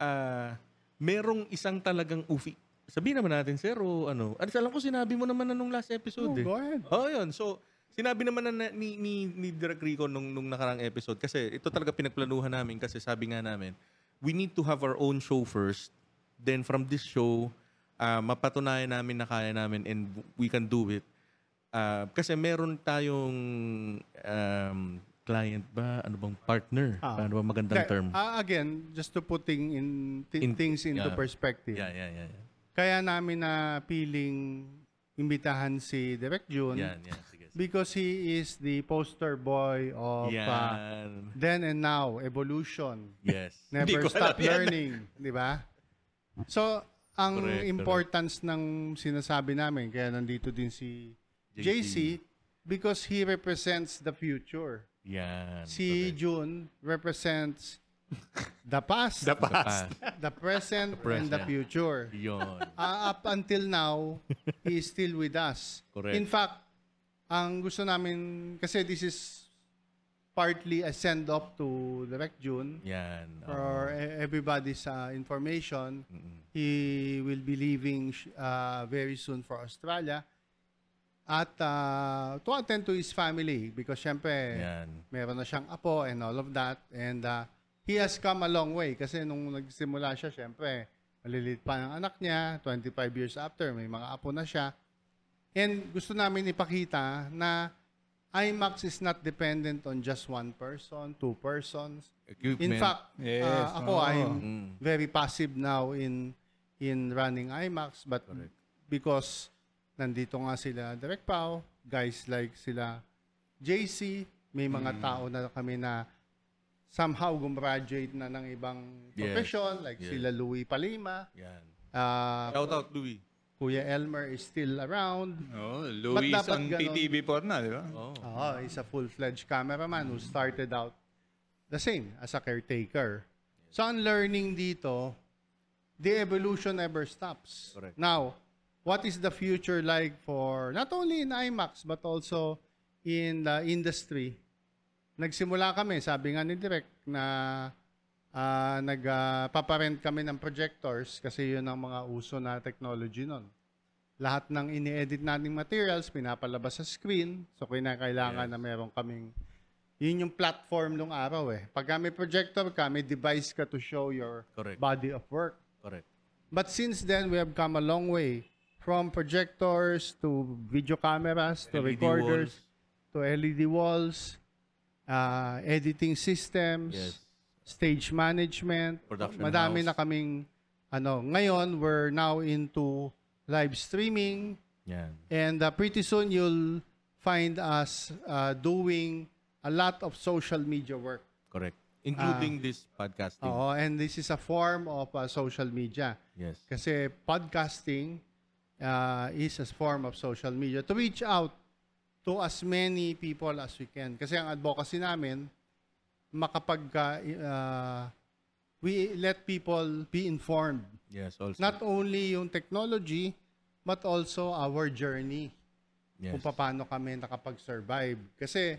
ah, merong isang talagang ufi. Sabihin naman natin, sir, o ano? At alam ko sinabi mo naman na nung last episode. eh. go ahead. Oo, yun. So, sinabi naman na, na- ni, ni, ni Direk Rico nung, nung nakarang episode, kasi ito talaga pinagplanuhan namin kasi sabi nga namin, we need to have our own show first. Then from this show, ah, mapatunayan namin na kaya namin and we can do it. ah, kasi meron tayong um, client ba? Ano bang partner? Ah. Paano ba magandang Hindi, term? ah, again, just to putting in, thi- In- things into yeah. perspective. Yeah, yeah, yeah. yeah. Kaya namin na piling imbitahan si Direk June Yan, yan. Sige. sige. because he is the poster boy of uh, Yan. then and now evolution. Yes. Never ko alam stop yan. learning, di ba? So, ang Correct, importance ng sinasabi namin, kaya nandito din si JC, JC. because he represents the future. Yan. Si correct. June represents the past, The past. the present, and present. the future. Yun. Ah, up until now, he is still with us. Correct. In fact, ang gusto namin, kasi this is partly a send-off to Direct June Yan. for e- everybody's uh, information. He will be leaving sh- uh, very soon for Australia at uh, to attend to his family because syempre Yan. meron na siyang apo and all of that and uh, he has come a long way kasi nung nagsimula siya syempre malilit pa ang anak niya 25 years after may mga apo na siya and gusto namin ipakita na IMAX is not dependent on just one person, two persons. Equipment. In fact, Yes, uh, ako oo. I'm Mm. very passive now in in running IMAX but because nandito nga sila Direct Pau, guys like sila JC, may Mm. mga tao na kami na somehow gumraduate na ng ibang Yes. profession like Yes. sila Louie Palima, Yan. uh, Shout out, Louie. Kuya Elmer is still around. Oh, Louis dapat on ganon? PTV4 na, di ba? Oh. Oo, is a full-fledged cameraman who started out the same as a caretaker. So ang learning dito, the evolution never stops. Correct. Now, what is the future like for not only in IMAX but also in the industry? Nagsimula kami, sabi nga ni Direk, na ah, nagpaparent kami ng projectors kasi yun ang mga uso na technology nun lahat ng ini-edit nating materials, pinapalabas sa screen. So, kinakailangan na meron kaming, yun yung platform nung araw eh. Pagka may projector ka, may device ka to show your Correct. body of work. Correct. But since then, we have come a long way from projectors to video cameras to LED recorders E walls. to LED walls, uh, editing systems, Yes. stage management. Production Madami house. na kaming ano, ngayon we're now into live streaming Yan. and uh, pretty soon you'll find us uh, doing a lot of social media work. Correct. Including Ah. this podcasting. Oo, and this is a form of uh, social media. Yes. Kasi podcasting uh, is a form of social media to reach out to as many people as we can. Kasi ang advocacy namin, makapag uh, uh, we let people be informed. Yes, also. Not only yung technology, but also our journey yes. kung paano kami nakapag-survive. Kasi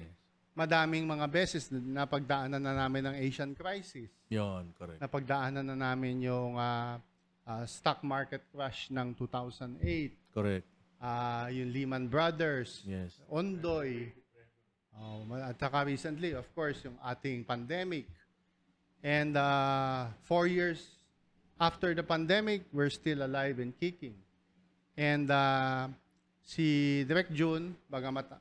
madaming mga beses na napagdaanan na namin ang Asian crisis. Yun, correct. Napagdaanan na namin yung ah, ah, stock market crash ng 2008, Correct. ah, yung Lehman Brothers, Yes. Ondoy, oh, ma- at saka recently, of course, yung ating pandemic. And ah, four years after the pandemic, we're still alive and kicking. And ah, si Direk June, bagamat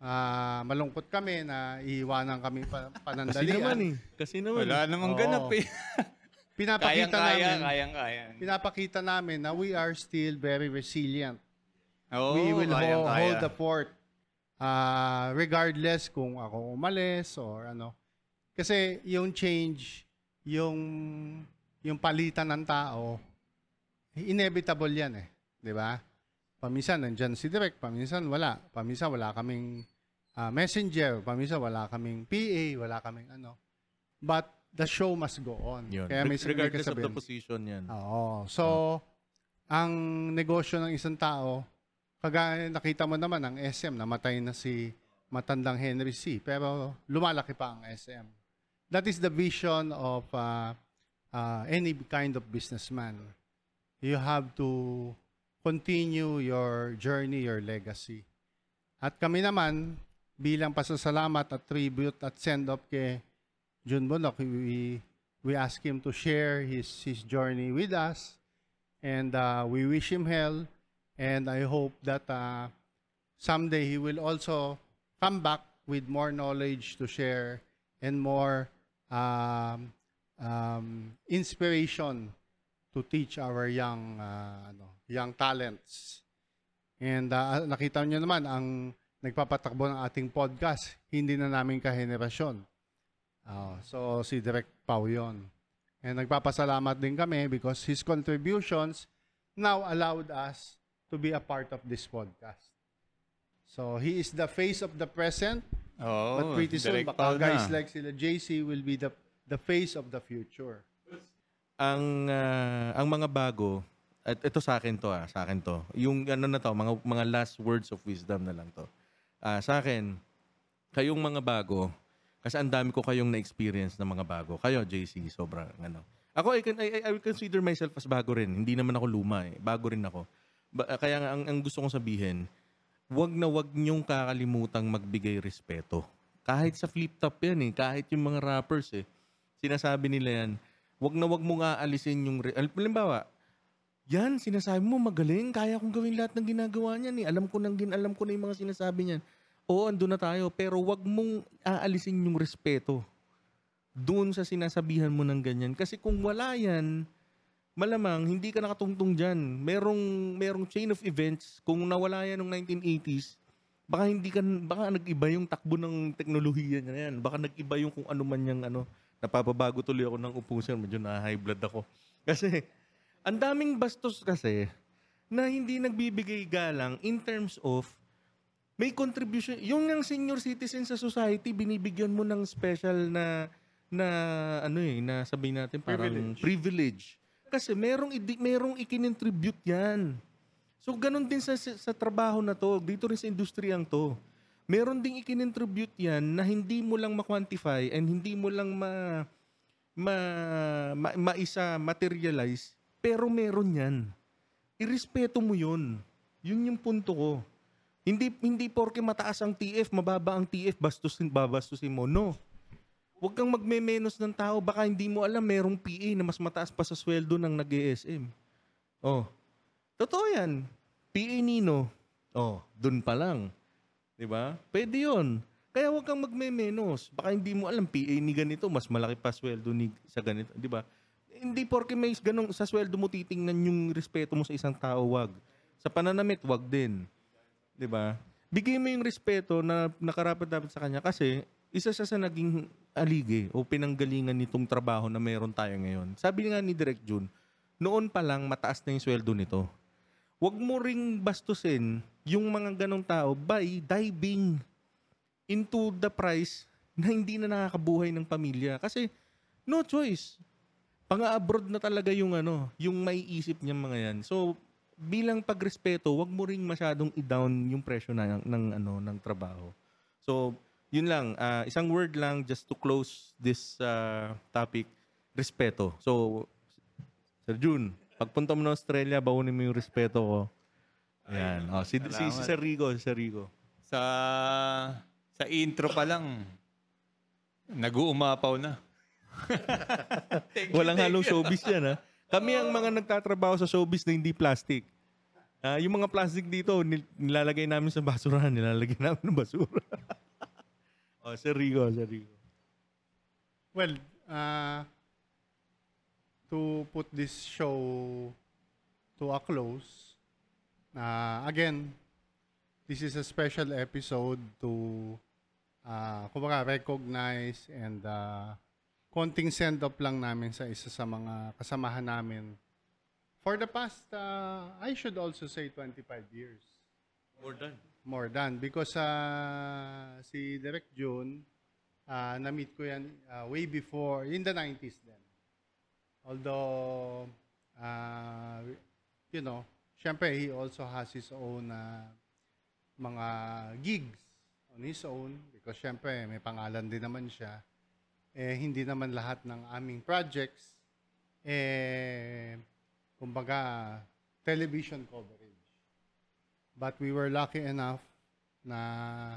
ah, malungkot kami na iiwanan kami pa, ah, Kasi naman panandalian, eh. Kasi naman eh. Wala namang Oo. ganap eh. pinapakita Kayang-kaya, namin, kayang-kaya. pinapakita namin na we are still very resilient. Oo, we Oh, will ho- kayang-kaya. hold the fort ah, regardless kung ako umalis or ano. Kasi yung change, yung yung palitan ng tao, inevitable yan eh. 'Di ba? Paminsan nandyan si Direk, paminsan wala. Paminsan wala kaming ah, messenger, paminsan wala kaming PA, wala kaming ano. But the show must go on. Yun. Kaya may Re- Regardless of the sabihin. Ah. position yan. Oo. So, ang negosyo ng isang tao, kagaya nakita mo naman ang SM, namatay na si matandang Henry C. Pero lumalaki pa ang SM. That is the vision of uh, uh, any kind of businessman. You have to continue your journey, your legacy. At kami naman, bilang pasasalamat at tribute at send-off kay Jun Bonok, we, we ask him to share his, his journey with us. And uh, we wish him well. And I hope that uh, someday he will also come back with more knowledge to share and more um, um, inspiration to teach our young uh, ano, young talents. And uh, nakita nyo naman ang nagpapatakbo ng ating podcast, hindi na namin kahenerasyon. Ah, so si Direct Pau yun. And nagpapasalamat din kami because his contributions now allowed us to be a part of this podcast. So he is the face of the present Oo, but pretty soon direct baka call guys Oh, na. like sila JC will be the the face of the future. ang ah, ang mga bago at ito sa akin to ah, sa akin to. Yung ano na to, mga mga last words of wisdom na lang to. Ah, sa akin, kayong mga bago kasi ang dami ko kayong na-experience na mga bago. Kayo, JC, sobrang ano. Ako, I, can, I, I- I will consider myself as bago rin. Hindi naman ako luma eh. Bago rin ako. Ba- ah, kaya nga, ang, ang gusto kong sabihin, wag na wag niyong kakalimutang magbigay respeto. Kahit sa flip top yan eh. Kahit yung mga rappers eh. Sinasabi nila yan, wag na wag mong aalisin yung... Re- Al- halimbawa, yan, sinasabi mo, magaling. Kaya kong gawin lahat ng ginagawa niyan. Eh. Alam ko nang gin, alam ko na yung mga sinasabi niyan. Oo, andun na tayo. Pero wag mong aalisin yung respeto doon sa sinasabihan mo ng ganyan. Kasi kung wala yan, malamang hindi ka nakatungtong dyan. Merong, merong chain of events. Kung nawala yan noong 1980s, baka hindi ka, baka nag-iba yung takbo ng teknolohiya na yan. Baka nag-iba yung kung ano man yung ano. Napapabago tuloy ako ng upo, sir. Medyo na-high blood ako. [laughs] Kasi, ang daming bastos kasi na hindi nagbibigay galang in terms of may contribution. Yung ng senior citizen sa society, binibigyan mo ng special na na ano eh, na sabihin natin parang privilege. Kasi merong idi, merong ikinintribute 'yan. So ganun din sa sa sa trabaho na 'to, dito rin sa industriyang 'to. Meron ding ikinintribute 'yan na hindi mo lang ma-quantify and hindi mo lang ma ma, ma maisa materialize, pero meron 'yan. Irespeto mo 'yun. 'Yun yung punto ko. Hindi hindi porke mataas ang TF, mababa ang TF, bastusin babastusin mo. No. Huwag kang magme-menos ng tao. Baka hindi mo alam, merong PA na mas mataas pa sa sweldo ng nag-ESM. Oh. Totoo yan. PA Nino. Oh, dun pa lang. 'Di ba? Pwede 'yon. Kaya huwag kang magme-menos. Baka hindi mo alam PA ni ganito mas malaki pa sweldo ni sa ganito, 'di ba? Hindi porke may ganong sa sweldo mo titingnan yung respeto mo sa isang tao, wag. Sa pananamit, wag din. 'Di ba? Bigay mo yung respeto na nakarapat dapat sa kanya kasi isa siya sa naging alige o pinanggalingan nitong trabaho na meron tayo ngayon. Sabi nga ni Direk June, noon pa lang mataas na yung sweldo nito. Huwag mo ring bastusin yung mga ganong tao by diving into the price na hindi na nakakabuhay ng pamilya. Kasi no choice. Pang-abroad na talaga yung ano, yung may isip niya mga yan. So bilang pagrespeto, wag mo ring masyadong i-down yung presyo na ng, ng ano ng trabaho. So yun lang, ah, isang word lang just to close this ah, topic, respeto. So Sir June, pagpunta mo ng Australia, baunin mo yung respeto ko. Ayan. Oh, si, si, si salamat. Sir Rico, si Sir Rico. Sa, sa intro pa lang, nag-uumapaw na. Thank you, Walang thank halong you. showbiz yan, ha? Kami ang mga nagtatrabaho sa showbiz na hindi plastic. Ah, yung mga plastic dito, nil- nilalagay namin sa basurahan. Nilalagay namin ng basura. [laughs] oh, Sir Rico, Sir Rico. Well, uh, to put this show to a close, uh, again, this is a special episode to uh, kumbaga recognize and uh, konting send-off lang namin sa isa sa mga kasamahan namin for the past, uh, I should also say 25 years. More than. More than. Because uh, si Direk June, Ah, na-meet ko yan ah, way before, in the 90s then. Although, ah, you know, syempre he also has his own ah, mga gigs on his own because syempre may pangalan din naman siya. Eh, hindi naman lahat ng aming projects eh, kumbaga, television coverage. But we were lucky enough na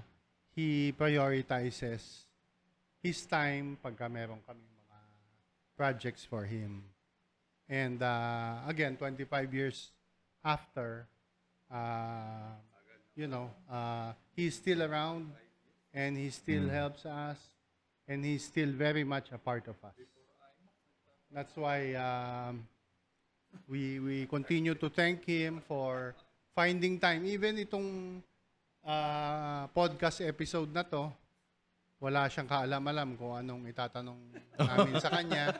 he prioritizes his time pagka meron kami mga projects for him. And uh, again, 25 years after, uh, you know, uh, he's still around and he still helps us and he's still very much a part of us. That's why um, we we continue to thank him for finding time even itong ah, podcast episode na to. Wala siyang kaalam-alam kung anong itatanong namin sa kanya.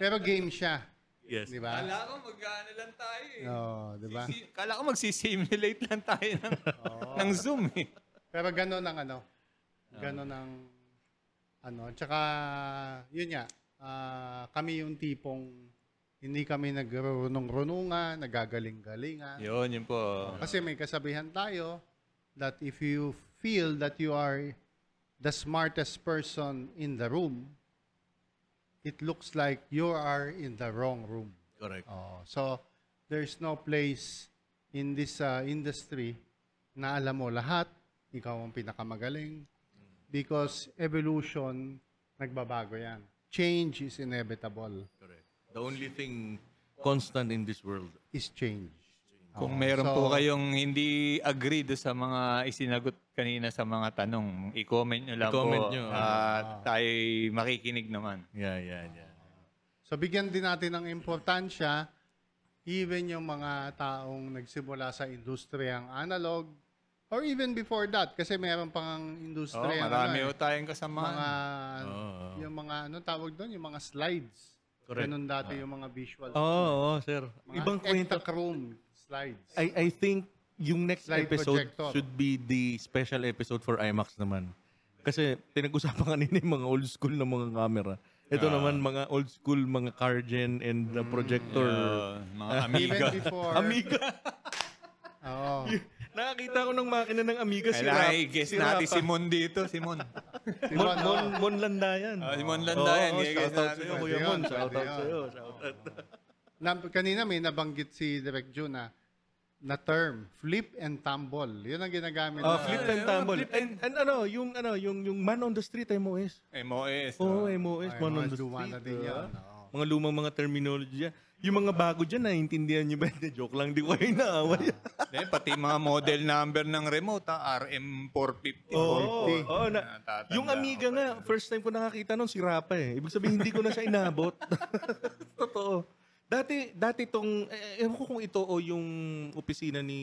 Pero game siya, Yes. di ba? Kala ko mag-ano lang tayo eh. Oo, di ba? Sisi- Kala ko magsisimulate lang tayo ng, ng Zoom eh. Pero gano'n ang ano. Gano'n ang ano. Tsaka, yun nga, ah, kami yung tipong hindi kami nagrunong-runungan, nagagaling-galingan. Yun, yun po. Kasi may kasabihan tayo that if you feel that you are the smartest person in the room, it looks like you are in the wrong room. Correct. Oh, so there's no place in this uh, industry na alam mo lahat, ikaw ang pinakamagaling because evolution nagbabago 'yan. Change is inevitable. Correct. The only thing constant in this world. Is change. Kung Oo, meron po so- kayong hindi agree do sa mga isinagot kanina sa mga tanong, i-comment nyo lang I-comment po. nyo. ah. At tayo'y makikinig naman. Yeah, yeah, yeah. So bigyan din natin ng importansya even yung mga taong nagsimula sa industriyang analog or even before that kasi meron pang Oh, industriyang marami ano, eh, po tayong kasamahan. mga Oo. yung mga ano tawag doon yung mga slides Correct. ganun dati yung mga visual Oo, oo, Oh, sir. mga Ibang kwento. room slides I, I think yung next Slide episode projector. should be the special episode for IMAX naman. Kasi pinag-usapan [laughs] kanina yung mga old school na mga camera. Ito naman mga old school, mga cargen and the projector. Uh, [laughs] mga even amiga. before Amiga. [laughs] oo Nakakita ko ng makina ng Amiga si Kailangan Rap- i-guess si natin Rapa. si Mon dito, si [laughs] Mon. Mon, Mon, Mon Landayan. Ah, si Mon Landayan, Oo, i-guess shoutout natin. sa'yo, Pwede Kuya yun, Mon. pwede Shoutout yun. sa'yo. Shoutout. na, kanina may nabanggit si Direct June na na term flip and tumble yun ang ginagamit Ah, na- flip and tumble. And, and ano, yung ano, yung yung man on the street MOS. Eh, MOS. Oo, oh, Ay, MOS, man on mga the luma street. na din yan ah. oo. Mga lumang mga terminology yan. Yung mga bago dyan, naiintindihan nyo ba? [laughs] Hindi, Joke lang, di ko kayo naaway. Then, pati mga model number ng remote, ah, RM450. Oo, oo, Ah, na, Natatanda yung Amiga nga, first time ko nakakita nun, si Rapa eh. Ibig sabihin, hindi ko na siya inabot. [laughs] Totoo. Dati, dati tong, eh, ewan ko kung ito o yung opisina ni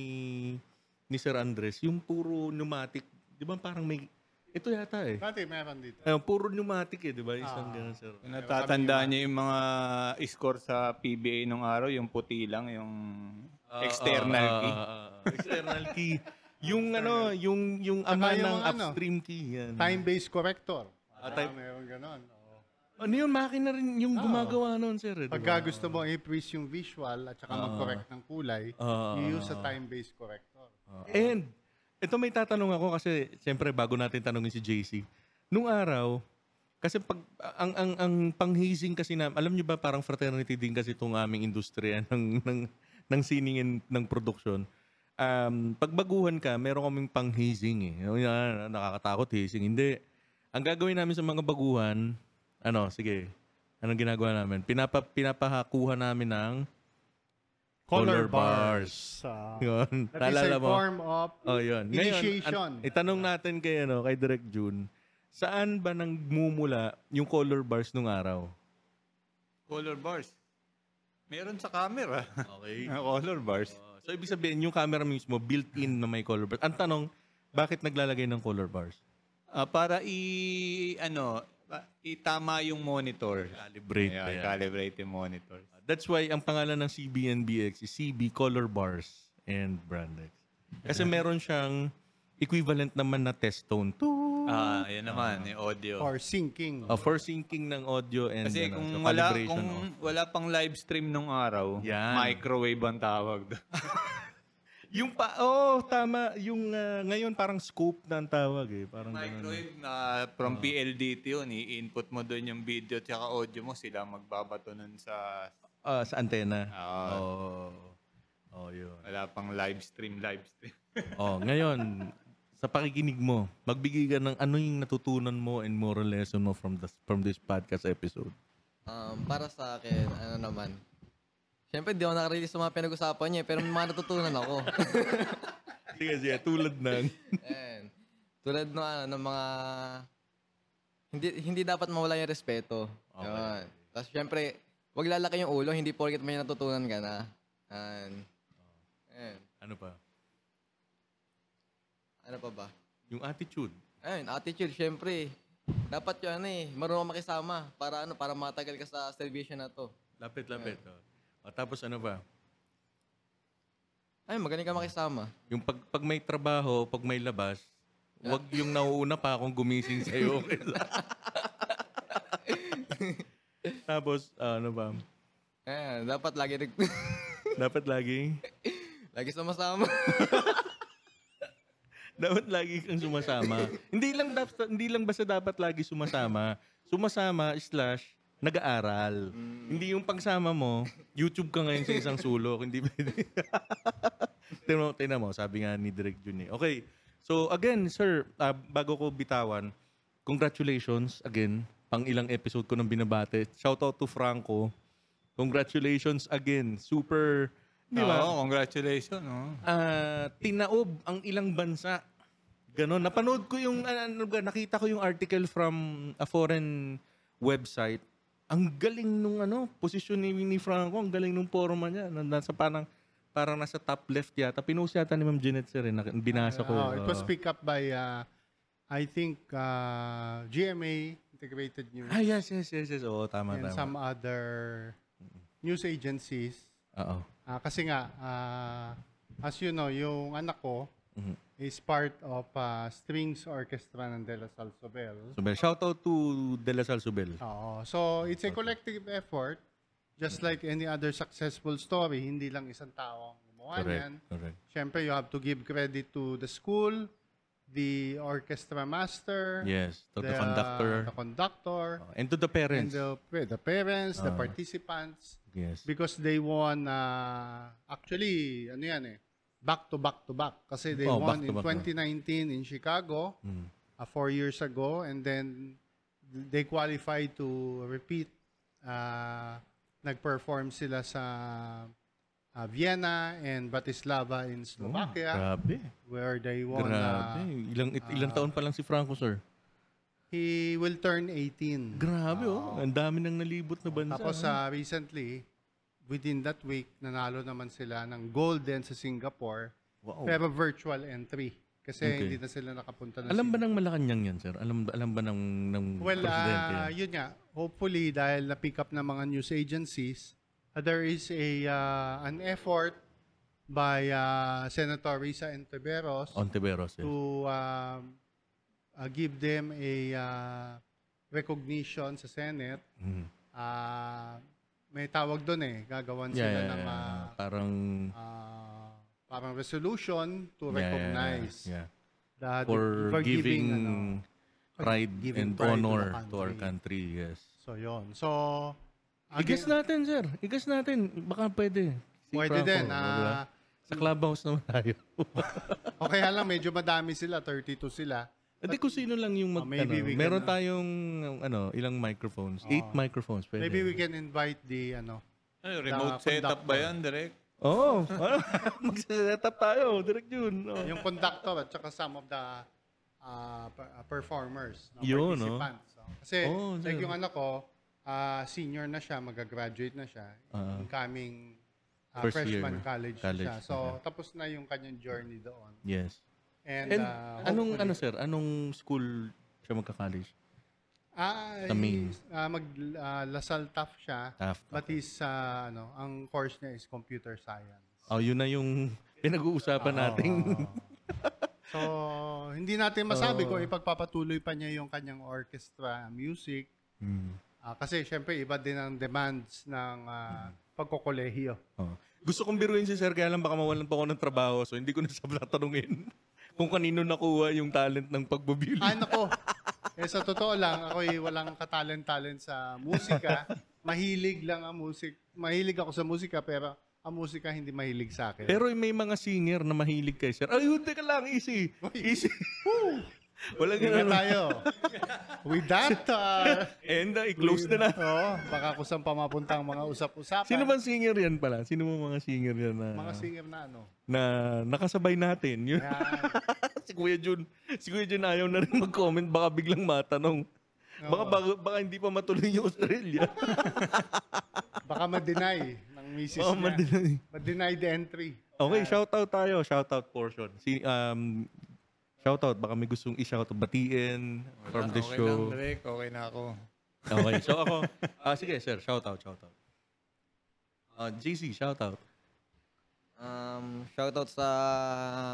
ni Sir Andres, yung puro pneumatic, di ba parang may, ito yata eh. dati meron dito Ayun, puro pneumatic eh, di ba? Isang Ah. ganun, sir. Kung Natatandaan niyo yung mga score sa PBA nung araw, yung puti lang, yung external Ah, ah, key. ah, ah, ah. external key. Yung ano, yung yung ama Saka yung ng ano, upstream key. Yan. time-based corrector Ah, Ah, time- meron ganon oo. Ano yun, makina rin yung gumagawa noon, sir. eh, di ba? Ah. Pagka gusto mo i-freeze yung visual at saka mag-correct ng kulay, Ah. you use a time-based corrector. And, ito may tatanong ako kasi, siyempre, bago natin tanongin si JC. Nung araw, kasi pag, ang, ang, ang panghising kasi na, alam nyo ba, parang fraternity din kasi itong aming industriya [laughs] ng, ng, ng sining and ng production. Um, pagbaguhan ka, meron kaming panghising eh. Yung na- Nakakatakot, hising. Hindi. Ang gagawin namin sa mga baguhan, ano, sige, anong ginagawa namin? Pinapa, pinapahakuha namin ng Color bars. Ah. yun. that is Naalala a mo? form of Oh, yun. Ngayon, Initiation. an- itanong natin kay, ano, kay Direct June, saan ba nang mumula yung color bars nung araw? Color bars. Meron sa camera. Okay. color bars. Oh, so, ibig sabihin, yung camera mismo, built-in na may color bars. Ang tanong, bakit naglalagay ng color bars? [laughs] Ah, para i ano, pa- itama yung monitor. Calibrate Yeah, ba yan? calibrate yung monitor. That's why ang pangalan ng CBNBX is CB Color Bars and Brandex. Kasi meron siyang equivalent naman na test tone to Ah, yun naman, yung audio. or syncing. uh, for syncing ng audio and Kasi ano, kung so wala calibration kung of- wala pang live stream nung araw, Yan. microwave ang tawag doon. Yung pa, oh, tama. Yung ah, ngayon parang scope na ang tawag eh. Parang ganun. Oh. microwave na from PLDT yun, i-input mo doon yung video at audio mo, sila magbabato nun sa Ah, sa antena. Ah. Oh. Oh, yun. wala pang live stream, live stream. oh, ngayon, sa pakikinig mo, magbigay ka ng ano yung natutunan mo and moral lesson mo from this, from this podcast episode. Um, para sa akin, ano naman, Siyempre, di ako nakarelease sa mga pinag-usapan niya, eh, pero may mga natutunan ako. Sige, sige. Tulad ng... [laughs] And, tulad ng, ano, ng mga... Hindi, hindi dapat mawala yung respeto. Okay. Yun. Tapos, siyempre, wag lalaki yung ulo, hindi porket may natutunan ka na. And, and, ano pa? ano pa ba? Yung attitude. Ayun, attitude, syempre. Dapat yun, ano eh, marunong makisama para ano, para matagal ka sa servisyo na to. Lapit, lapit. Oh. O, tapos ano pa? Ayun, magaling ka makisama. Yung pag, pag may trabaho, pag may labas, wag yung nauuna pa akong gumising sa'yo. tapos, ano ba? Ayun, dapat lagi rin, [laughs] Dapat laging... lagi sumasama. [laughs] dapat lagi kang sumasama. hindi lang dapat hindi lang basta dapat lagi sumasama. Sumasama slash nag-aaral. Hindi yung pagsama mo, YouTube ka ngayon sa isang sulok. Hindi pwede. [laughs] tinan, mo, tinan mo, sabi nga ni Direk Jun eh. Okay. So again, sir, ah, bago ko bitawan, congratulations again. Pang ilang episode ko nang binabate. Shout out to Franco. Congratulations again. Super, di ba? Oo, congratulations. oh. oo. ah, tinaob ang ilang bansa. Ganon. Napanood ko yung, ah, ano ba, nakita ko yung article from a foreign website. Ang galing nung ano, posisyon ni, ni Franco, ang galing nung forma niya. Na- Nasa parang, parang nasa top left yata. Pinost yata ni Ma'am Jeanette sir, eh, na- binasa ko. ah. Oh, it Oo. was picked up by, uh, I think, uh, GMA, Integrated News, ah, yes, yes, yes, yes. Oo, tama, tama. and some other news agencies. Oo. Ah, kasi nga, ah, as you know, yung anak ko Mhm. is part of ah, Strings Orchestra ng De La Salle Sobel. Subel. Shout out to De La Salle Subel. Oo. So, it's a collective effort. Just like any other successful story, hindi lang isang tao ang gumawa niyan. Correct, correct. Siyempre, you have to give credit to the school, the orchestra master, Yes, to the, conductor. the conductor, Oh, and to the and parents. the, pa- the parents, Ah. the participants, yes. because they won, uh, actually, ano yan eh, back to back to back. Kasi they Oh, won back to in back, 2019 in Chicago, Mm. uh, four years ago, and then they qualified to repeat. Uh, nag-perform sila sa uh, Vienna and Bratislava in Slovakia, Grabe. where they Oh, won. Grabe. Uh, ilang it- ilang taon pa lang si Franco, sir. he will turn 18. Grabe, oh. Ang dami nang nalibot na bansa. oh. Tapos sa recently, within that week, nanalo naman sila ng golden sa Singapore, wow. pero virtual entry. Kasi Okay. hindi na sila nakapunta na alam ba Singapore. ng Malacanang yan, sir? Alam, alam ba ng, ng Well, presidente ah, yan? yun nga. Hopefully, dahil na-pick up ng mga news agencies, ah, there is a ah, an effort by ah, Senator Risa Enteberos Ontiveros, eh. yes. to um, ah, give them a ah, recognition sa Senate Mm. Ah, may tawag doon eh. Gagawan Yeah, sila yeah, ng yeah. ah, Parang... ah, parang resolution yeah, yeah, to yeah, recognize yeah. that For, giving, ano, pride giving and pride to the honor to, our country. country, yes. so yon. So Igas again, natin, sir. Igas natin. Baka pwede. Si Pwede Franco, din, di ba? ah. Sa clubhouse naman tayo. [laughs] okay ha lang medyo madami sila, 32 sila. Hindi kung sino lang yung mag, Oh, maybe ano, we can, meron ah. tayong ano, ilang microphones. Eight microphones. Pwede. Maybe we can invite the ano. Ano, Nakakonduct remote setup ba ba? yan, direct? Oo. [laughs] Oh, Magsaset up tayo. Direct yun. Oh. Yung conductor at saka some of the ah, per- ah, performers, no, Yun, no? participants. So, kasi Oh, like sir. yung anak ko, ah, senior na siya, magagraduate na siya. Ah. incoming ah, First year. freshman college, College, siya. So okay. tapos na yung kanyang journey doon. Yes. And And, ah, anong hopefully- ano sir? Anong school siya magka-college? Ah, Sa main? he's, ah, mag ah, Lasal Taft siya. Taft, But okay. he's ah, ano, ang course niya is computer science. Oh, yun na yung [laughs] Ah. pinag-uusapan natin. [laughs] So, hindi natin masabi kung ipagpapatuloy pa niya yung kanyang orchestra music. Hmm. Ah, kasi syempre iba din ang demands ng ah, pagkokolehiyo. Oh. Gusto kong biruin si sir, kaya lang baka mawalan pa ako ng trabaho. So, hindi ko na siya [laughs] tatanungin kung kanino nakuha yung talent ng pagbubili. Ano ko? Eh, sa totoo lang, ako'y walang katalent-talent sa musika. Mahilig lang ang musik. Mahilig ako sa musika, pero ang musika hindi mahilig sa akin. Pero may mga singer na mahilig kay sir. Ay, hindi ka lang. Easy. Easy. Walang Ingat ganun. tayo. With that, uh, And uh, i-close na na. [laughs] Oo, baka kusang pamapuntang mga usap-usapan. Sino bang singer yan pala? Sino mo mga singer yan na, Mga singer na ano. na nakasabay natin? Yun. [laughs] Kaya, si Kuya Jun. Si Kuya Jun ayaw na rin mag-comment. Baka biglang matanong. Baka, baka, baka hindi pa matuloy yung Australia. baka ma-deny ng misis Baka niya. ma-deny. Ma-deny the entry. Okay, shoutout tayo. Shoutout portion. Si, um, shoutout. Baka may gustong i-shoutout. Batiin from the okay show. lang, Drake. Okay na ako. Okay, so ako, [laughs] ah sige sir, shout out, shout out. Ah, JC, shout out. Um, shoutout sa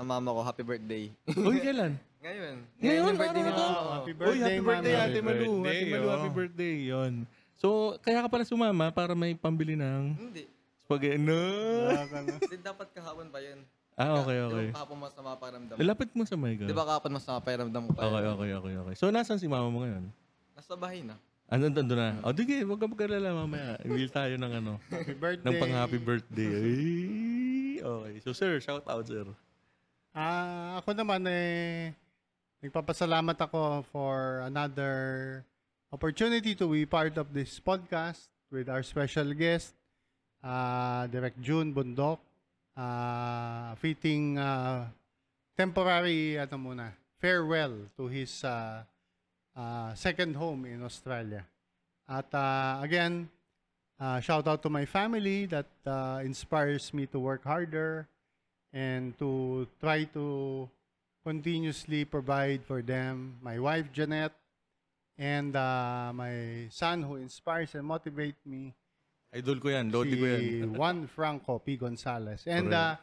mama ko. Happy birthday. [laughs] [laughs] Uy, kailan? Ngayon. Ngayon, yung birthday araw ni na to? mama ko. Happy Uy, birthday, happy birthday, mama. Ate Malu. birthday, Ate Malu, oh. happy birthday. Yun. So, kaya ka pala sumama para may pambili ng Hindi. spaghetti. No. ano, Hindi dapat kahapon pa yun. Ah, okay, Di ba okay. Kahapon mas maparamdam. Lalapit mo sa mic. Di ah. Diba? ba kahapon mas maparamdam ko pa yun? Okay, okay, okay, okay. So, nasan si mama mo ngayon? Nasa bahay na. Andun, andun na. O, sige, huwag ka magkalala mamaya. Wheel tayo ng ano, Happy birthday. ng pang-happy birthday. Ay, Okay. So, sir, shout out, sir. Ah, ako naman eh nagpapasalamat ako for another opportunity to be part of this podcast with our special guest ah Direct June Bundok ah fitting ah, temporary ano muna farewell to his ah, ah, second home in Australia. At ah, again, uh, shout out to my family that uh, inspires me to work harder and to try to continuously provide for them. My wife, Jeanette, and uh, my son who inspires and motivates me, Idol ko yan. Lodi ko yan. [laughs] si Juan Franco P. Gonzalez. And uh,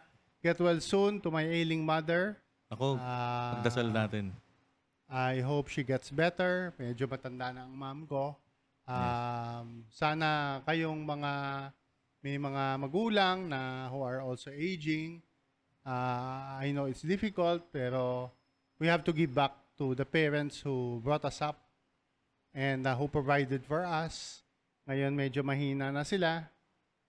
get well soon to my ailing mother. Ako, Ah, pagdasal natin. I hope she gets better. Medyo matanda na ang mom ko. Um, Sana kayong mga may mga magulang na who are also aging. Uh, I know it's difficult pero we have to give back to the parents who brought us up and uh, who provided for us. Ngayon medyo mahina na sila.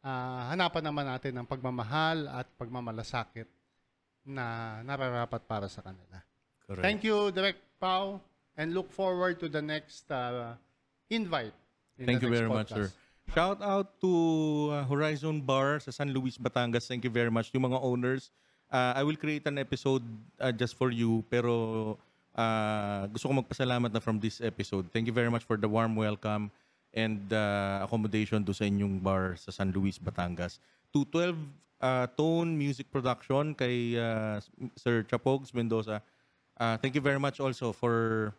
Ah, hanapan naman natin ang pagmamahal at pagmamalasakit na nararapat para sa kanila. Correct. Thank you, Direct Pau, and look forward to the next uh, invite. in Thank the you next very much, sir. podcast. Shout out to uh, Horizon Bar sa San Luis, Batangas. Thank you very much. Yung mga owners, uh, I will create an episode uh, just for you. Pero uh, gusto ko magpasalamat na from this episode. Thank you very much for the warm welcome and uh, accommodation do sa inyong bar sa San Luis, Batangas. To 12 uh, Tone Music Production kay uh, Sir Chapogs Mendoza. Uh, thank you very much also for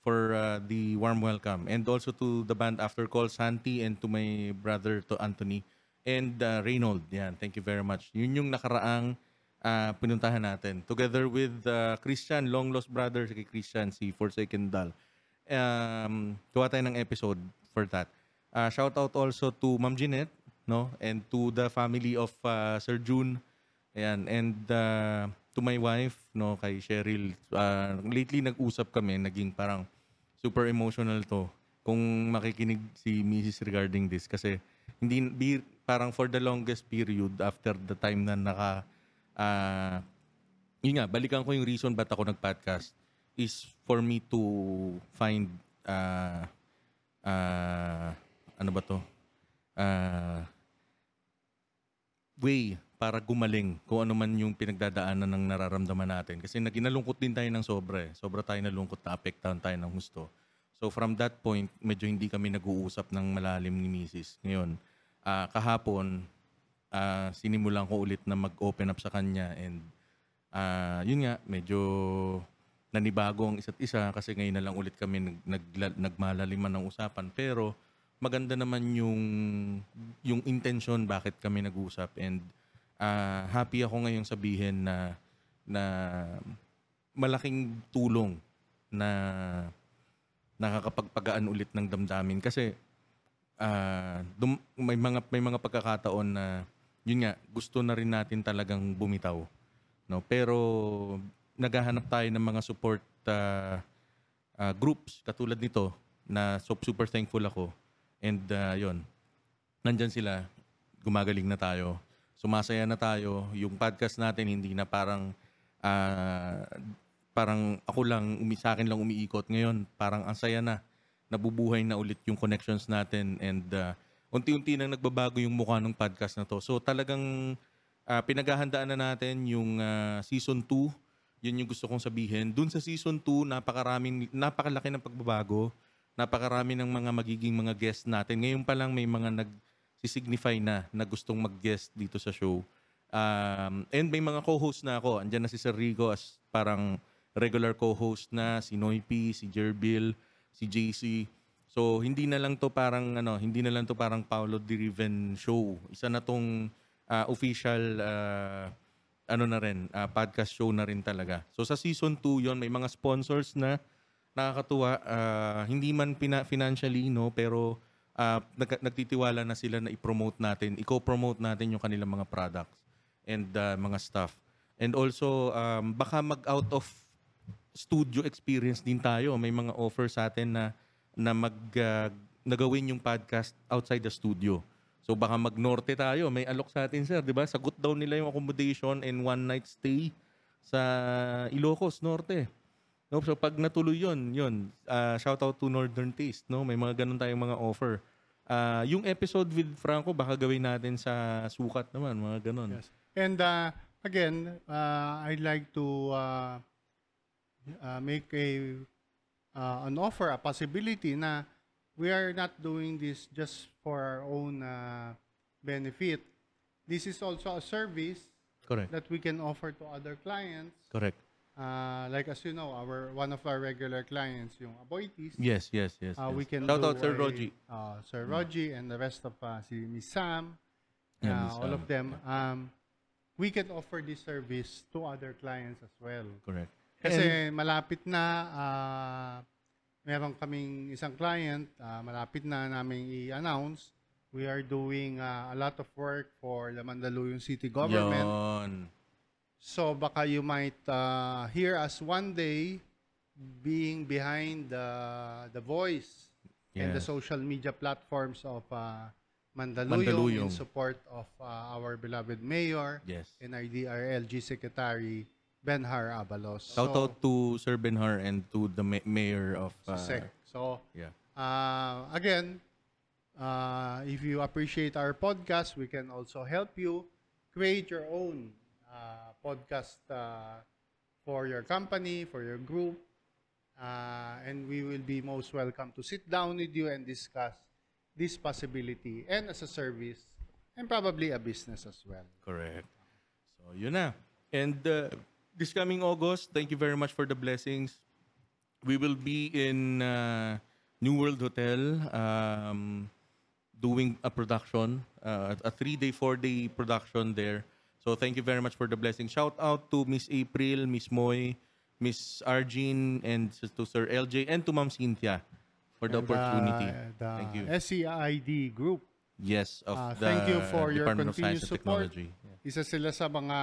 for uh, the warm welcome and also to the band After Call Santi and to my brother to Anthony and uh, Reynold. Yan, thank you very much. Yun yung nakaraang uh, pinuntahan natin together with uh, Christian, long lost brother si Christian si Forsaken Dal. Um gawa tayo ng episode for that. Uh, shout out also to Ma'am Jeanette, no? And to the family of uh, Sir June Ayan, and uh, to my wife, no, kay Cheryl, uh, lately nag-usap kami, naging parang super emotional to. Kung makikinig si Mrs. regarding this kasi hindi bi- parang for the longest period after the time na naka ah, yun nga, balikan ko yung reason ba't ako nag-podcast is for me to find uh, uh, ano ba to? Uh, way para gumaling kung ano man yung pinagdadaanan ng nararamdaman natin. Kasi naginalungkot din tayo ng sobra eh. Sobra tayo nalungkot, na-apektahan tayo ng gusto. So from that point, medyo hindi kami nag-uusap ng malalim ni Mrs. Ngayon, ah, kahapon, ah, sinimulan ko ulit na mag-open up sa kanya and ah, yun nga, medyo nanibago ang isa't isa kasi ngayon na lang ulit kami nag, nagla- nagmalaliman ng usapan. Pero maganda naman yung yung intention bakit kami nag-usap and ah, happy ako ngayong sabihin na na malaking tulong na nakakapagpagaan ulit ng damdamin kasi ah, dum- may mga may mga pagkakataon na yun nga gusto na rin natin talagang bumitaw no pero naghahanap tayo ng mga support ah, ah, groups katulad nito na so, super thankful ako and ah, yun nandyan sila gumagaling na tayo sumasaya na tayo yung podcast natin hindi na parang ah, parang ako lang, umi, sa akin lang umiikot. Ngayon, parang ang saya na. Nabubuhay na ulit yung connections natin and uh, unti-unti nang nagbabago yung mukha ng podcast na to. So talagang ah, pinaghahandaan na natin yung ah, season 2. Yun yung gusto kong sabihin. Dun sa season 2, napakaraming, napakalaki ng pagbabago. Napakarami ng mga magiging mga guest natin. Ngayon pa lang may mga nag-signify na na gustong mag-guest dito sa show. Um, and may mga co-host na ako. Andiyan na si Sir Rico as parang regular co-host na, si Noy P, si Jerbil, si JC. So hindi na lang to parang ano, hindi na lang to parang Paolo Diriven show. Isa na tong ah, official ah, ano na rin, ah, podcast show na rin talaga. So sa season 2 yon may mga sponsors na nakakatuwa ah, hindi man pina- financially no pero ah, nag- nagtitiwala na sila na i-promote natin, i-co-promote natin yung kanilang mga products and ah, mga stuff. And also um, baka mag out of studio experience din tayo. May mga offer sa atin na na mag ah, nagawin yung podcast outside the studio. So baka magnorte tayo. May alok sa atin, sir, 'di ba? Sagot daw nila yung accommodation and one night stay sa Ilocos Norte. No, so pag natuloy 'yon, 'yon. ah, shout out to Northern Taste, no? May mga ganun tayong mga offer. Ah, yung episode with Franco baka gawin natin sa sukat naman, mga ganun. Yes. And uh, again, uh, I'd like to uh, uh, make a uh, an offer, a possibility na we are not doing this just for our own uh, benefit. This is also a service Correct. that we can offer to other clients. Correct. Uh, like as you know, our one of our regular clients, yung Aboitis, Yes, yes, yes. uh, yes. we can shout do out Sir a- Roji. uh, Sir Roji and the rest of uh, si Miss Sam, Yeah, uh, Miss all of Sam, them. Um, we can offer this service to other clients as well. Correct. Kasi malapit na, uh, meron kaming isang client, uh, malapit na namin i-announce. We are doing uh, a lot of work for the Mandaluyong City Government. Yun. So baka you might uh, hear us one day being behind the the voice and the Yes. social media platforms of uh, Mandaluyong, Mandaluyong. in support of uh, our beloved mayor Yes. and our DRLG secretary Benhar Abalos. Shout out to Sir Benhar and to the ma- mayor of so, uh, sec. So Yeah. uh, again, uh, if you appreciate our podcast, we can also help you create your own uh, podcast uh, for your company, for your group. Uh, and we will be most welcome to sit down with you and discuss this possibility and as a service and probably a business as well. Correct. So, yun na. And uh, this coming August, thank you very much for the blessings. We will be in uh, New World Hotel um, doing a production, uh, a three-day, four-day production there. So thank you very much for the blessing. Shout out to Miss April, Miss Moy, Miss Arjin, and to Sir LJ, and to Ma'am Cynthia for the And, uh, opportunity. the thank you. SEID group Yes, of Ah, the thank you for your Department of Science and continued support. Technology. Isa sila sa mga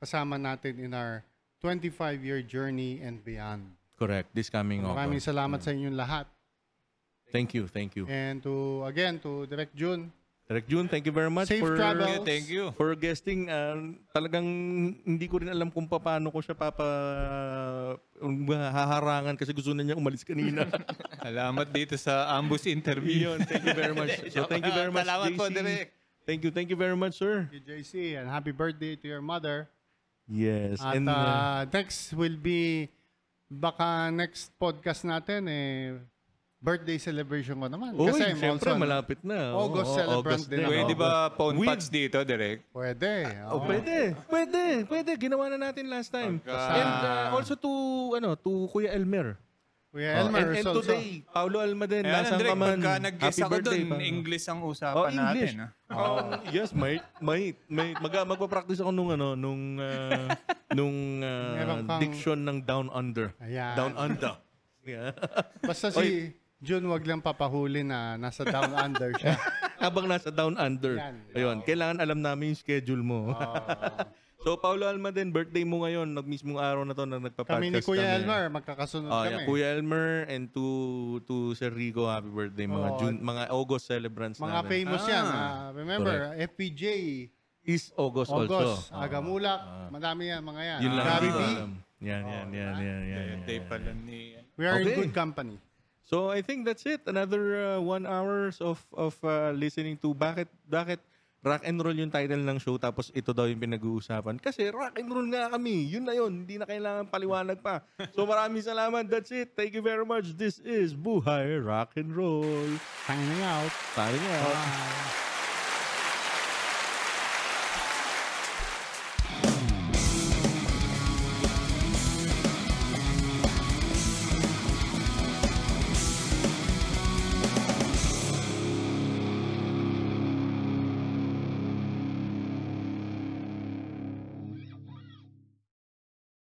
kasama natin in our 25-year journey and beyond. Correct. This coming Maraming August. salamat sa inyong lahat. Thank you, thank you. And to, again, to Direct June, Direk June, thank you very much Safe for travels. Thank you. for guesting. Uh, talagang hindi ko rin alam kung paano ko siya papa um, haharangan kasi gusto na niya umalis [laughs] kanina. Salamat dito sa [laughs] ambush interview. Yun, thank you very much. So thank you very much. Salamat po, JC. Direk. Thank you, thank you very much, sir. to JC, and happy birthday to your mother. Yes. At and uh, uh, next will be, baka next podcast natin, eh, birthday celebration ko naman. Uy, Kasi uh, I'm syempre, also- malapit na. August Oo, celebrant din ako. Pwede ba phone With- packs dito, Direk? Pwede. ah. Oh, oo. pwede. Pwede. Pwede. Ginawa na natin last time. Pagka- And uh, also to, ano, to Kuya Elmer. Kuya Oh, and, Elmer and is also- today, Paolo Alma din, Ayan, nasaan Direk, ka man. pagka nag-guess ako doon, Paolo. English ang usapan Oh, English. natin. ah. Um, yes, mate. Mate. mate. Mag, magpa-practice ako nung ano, nung [laughs] ah, nung ah, Meron kang- diction ng down under. Ayan. Down [laughs] under. Yeah. [laughs] Basta si June, wag lang papahuli na nasa down under [laughs] siya. Habang nasa down under. Yan. Ayun, kailangan alam namin yung schedule mo. Oh. [laughs] so, Paolo Alma din, birthday mo ngayon, nag mismong araw na to na nagpa-podcast kami ni Kuya Elmer, magkakasunod Oh, kami. yeah, Kuya Elmer and to to Sir Rico, happy birthday mga Oo. June, mga August celebrants Oh, Mga natin. famous yan. ah. Ah. remember, FPJ, Is August, August, also. Agamulak, madami yan, Ah, mga yan. Ah. Yun lang. Gary ang B, alam. Yan, Oh, yan, yan, yan, yan, yan. Birthday pala ni... We are Okay. in good company. So I think that's it. Another uh, one hours of of uh, listening to bakit bakit rock and roll yung title ng show tapos ito daw yung pinag-uusapan. Kasi rock and roll nga kami. Yun na yun. Hindi na kailangan paliwanag pa. So maraming salamat. That's it. Thank you very much. This is Buhay Rock and Roll. Signing out. Signing out. Bye.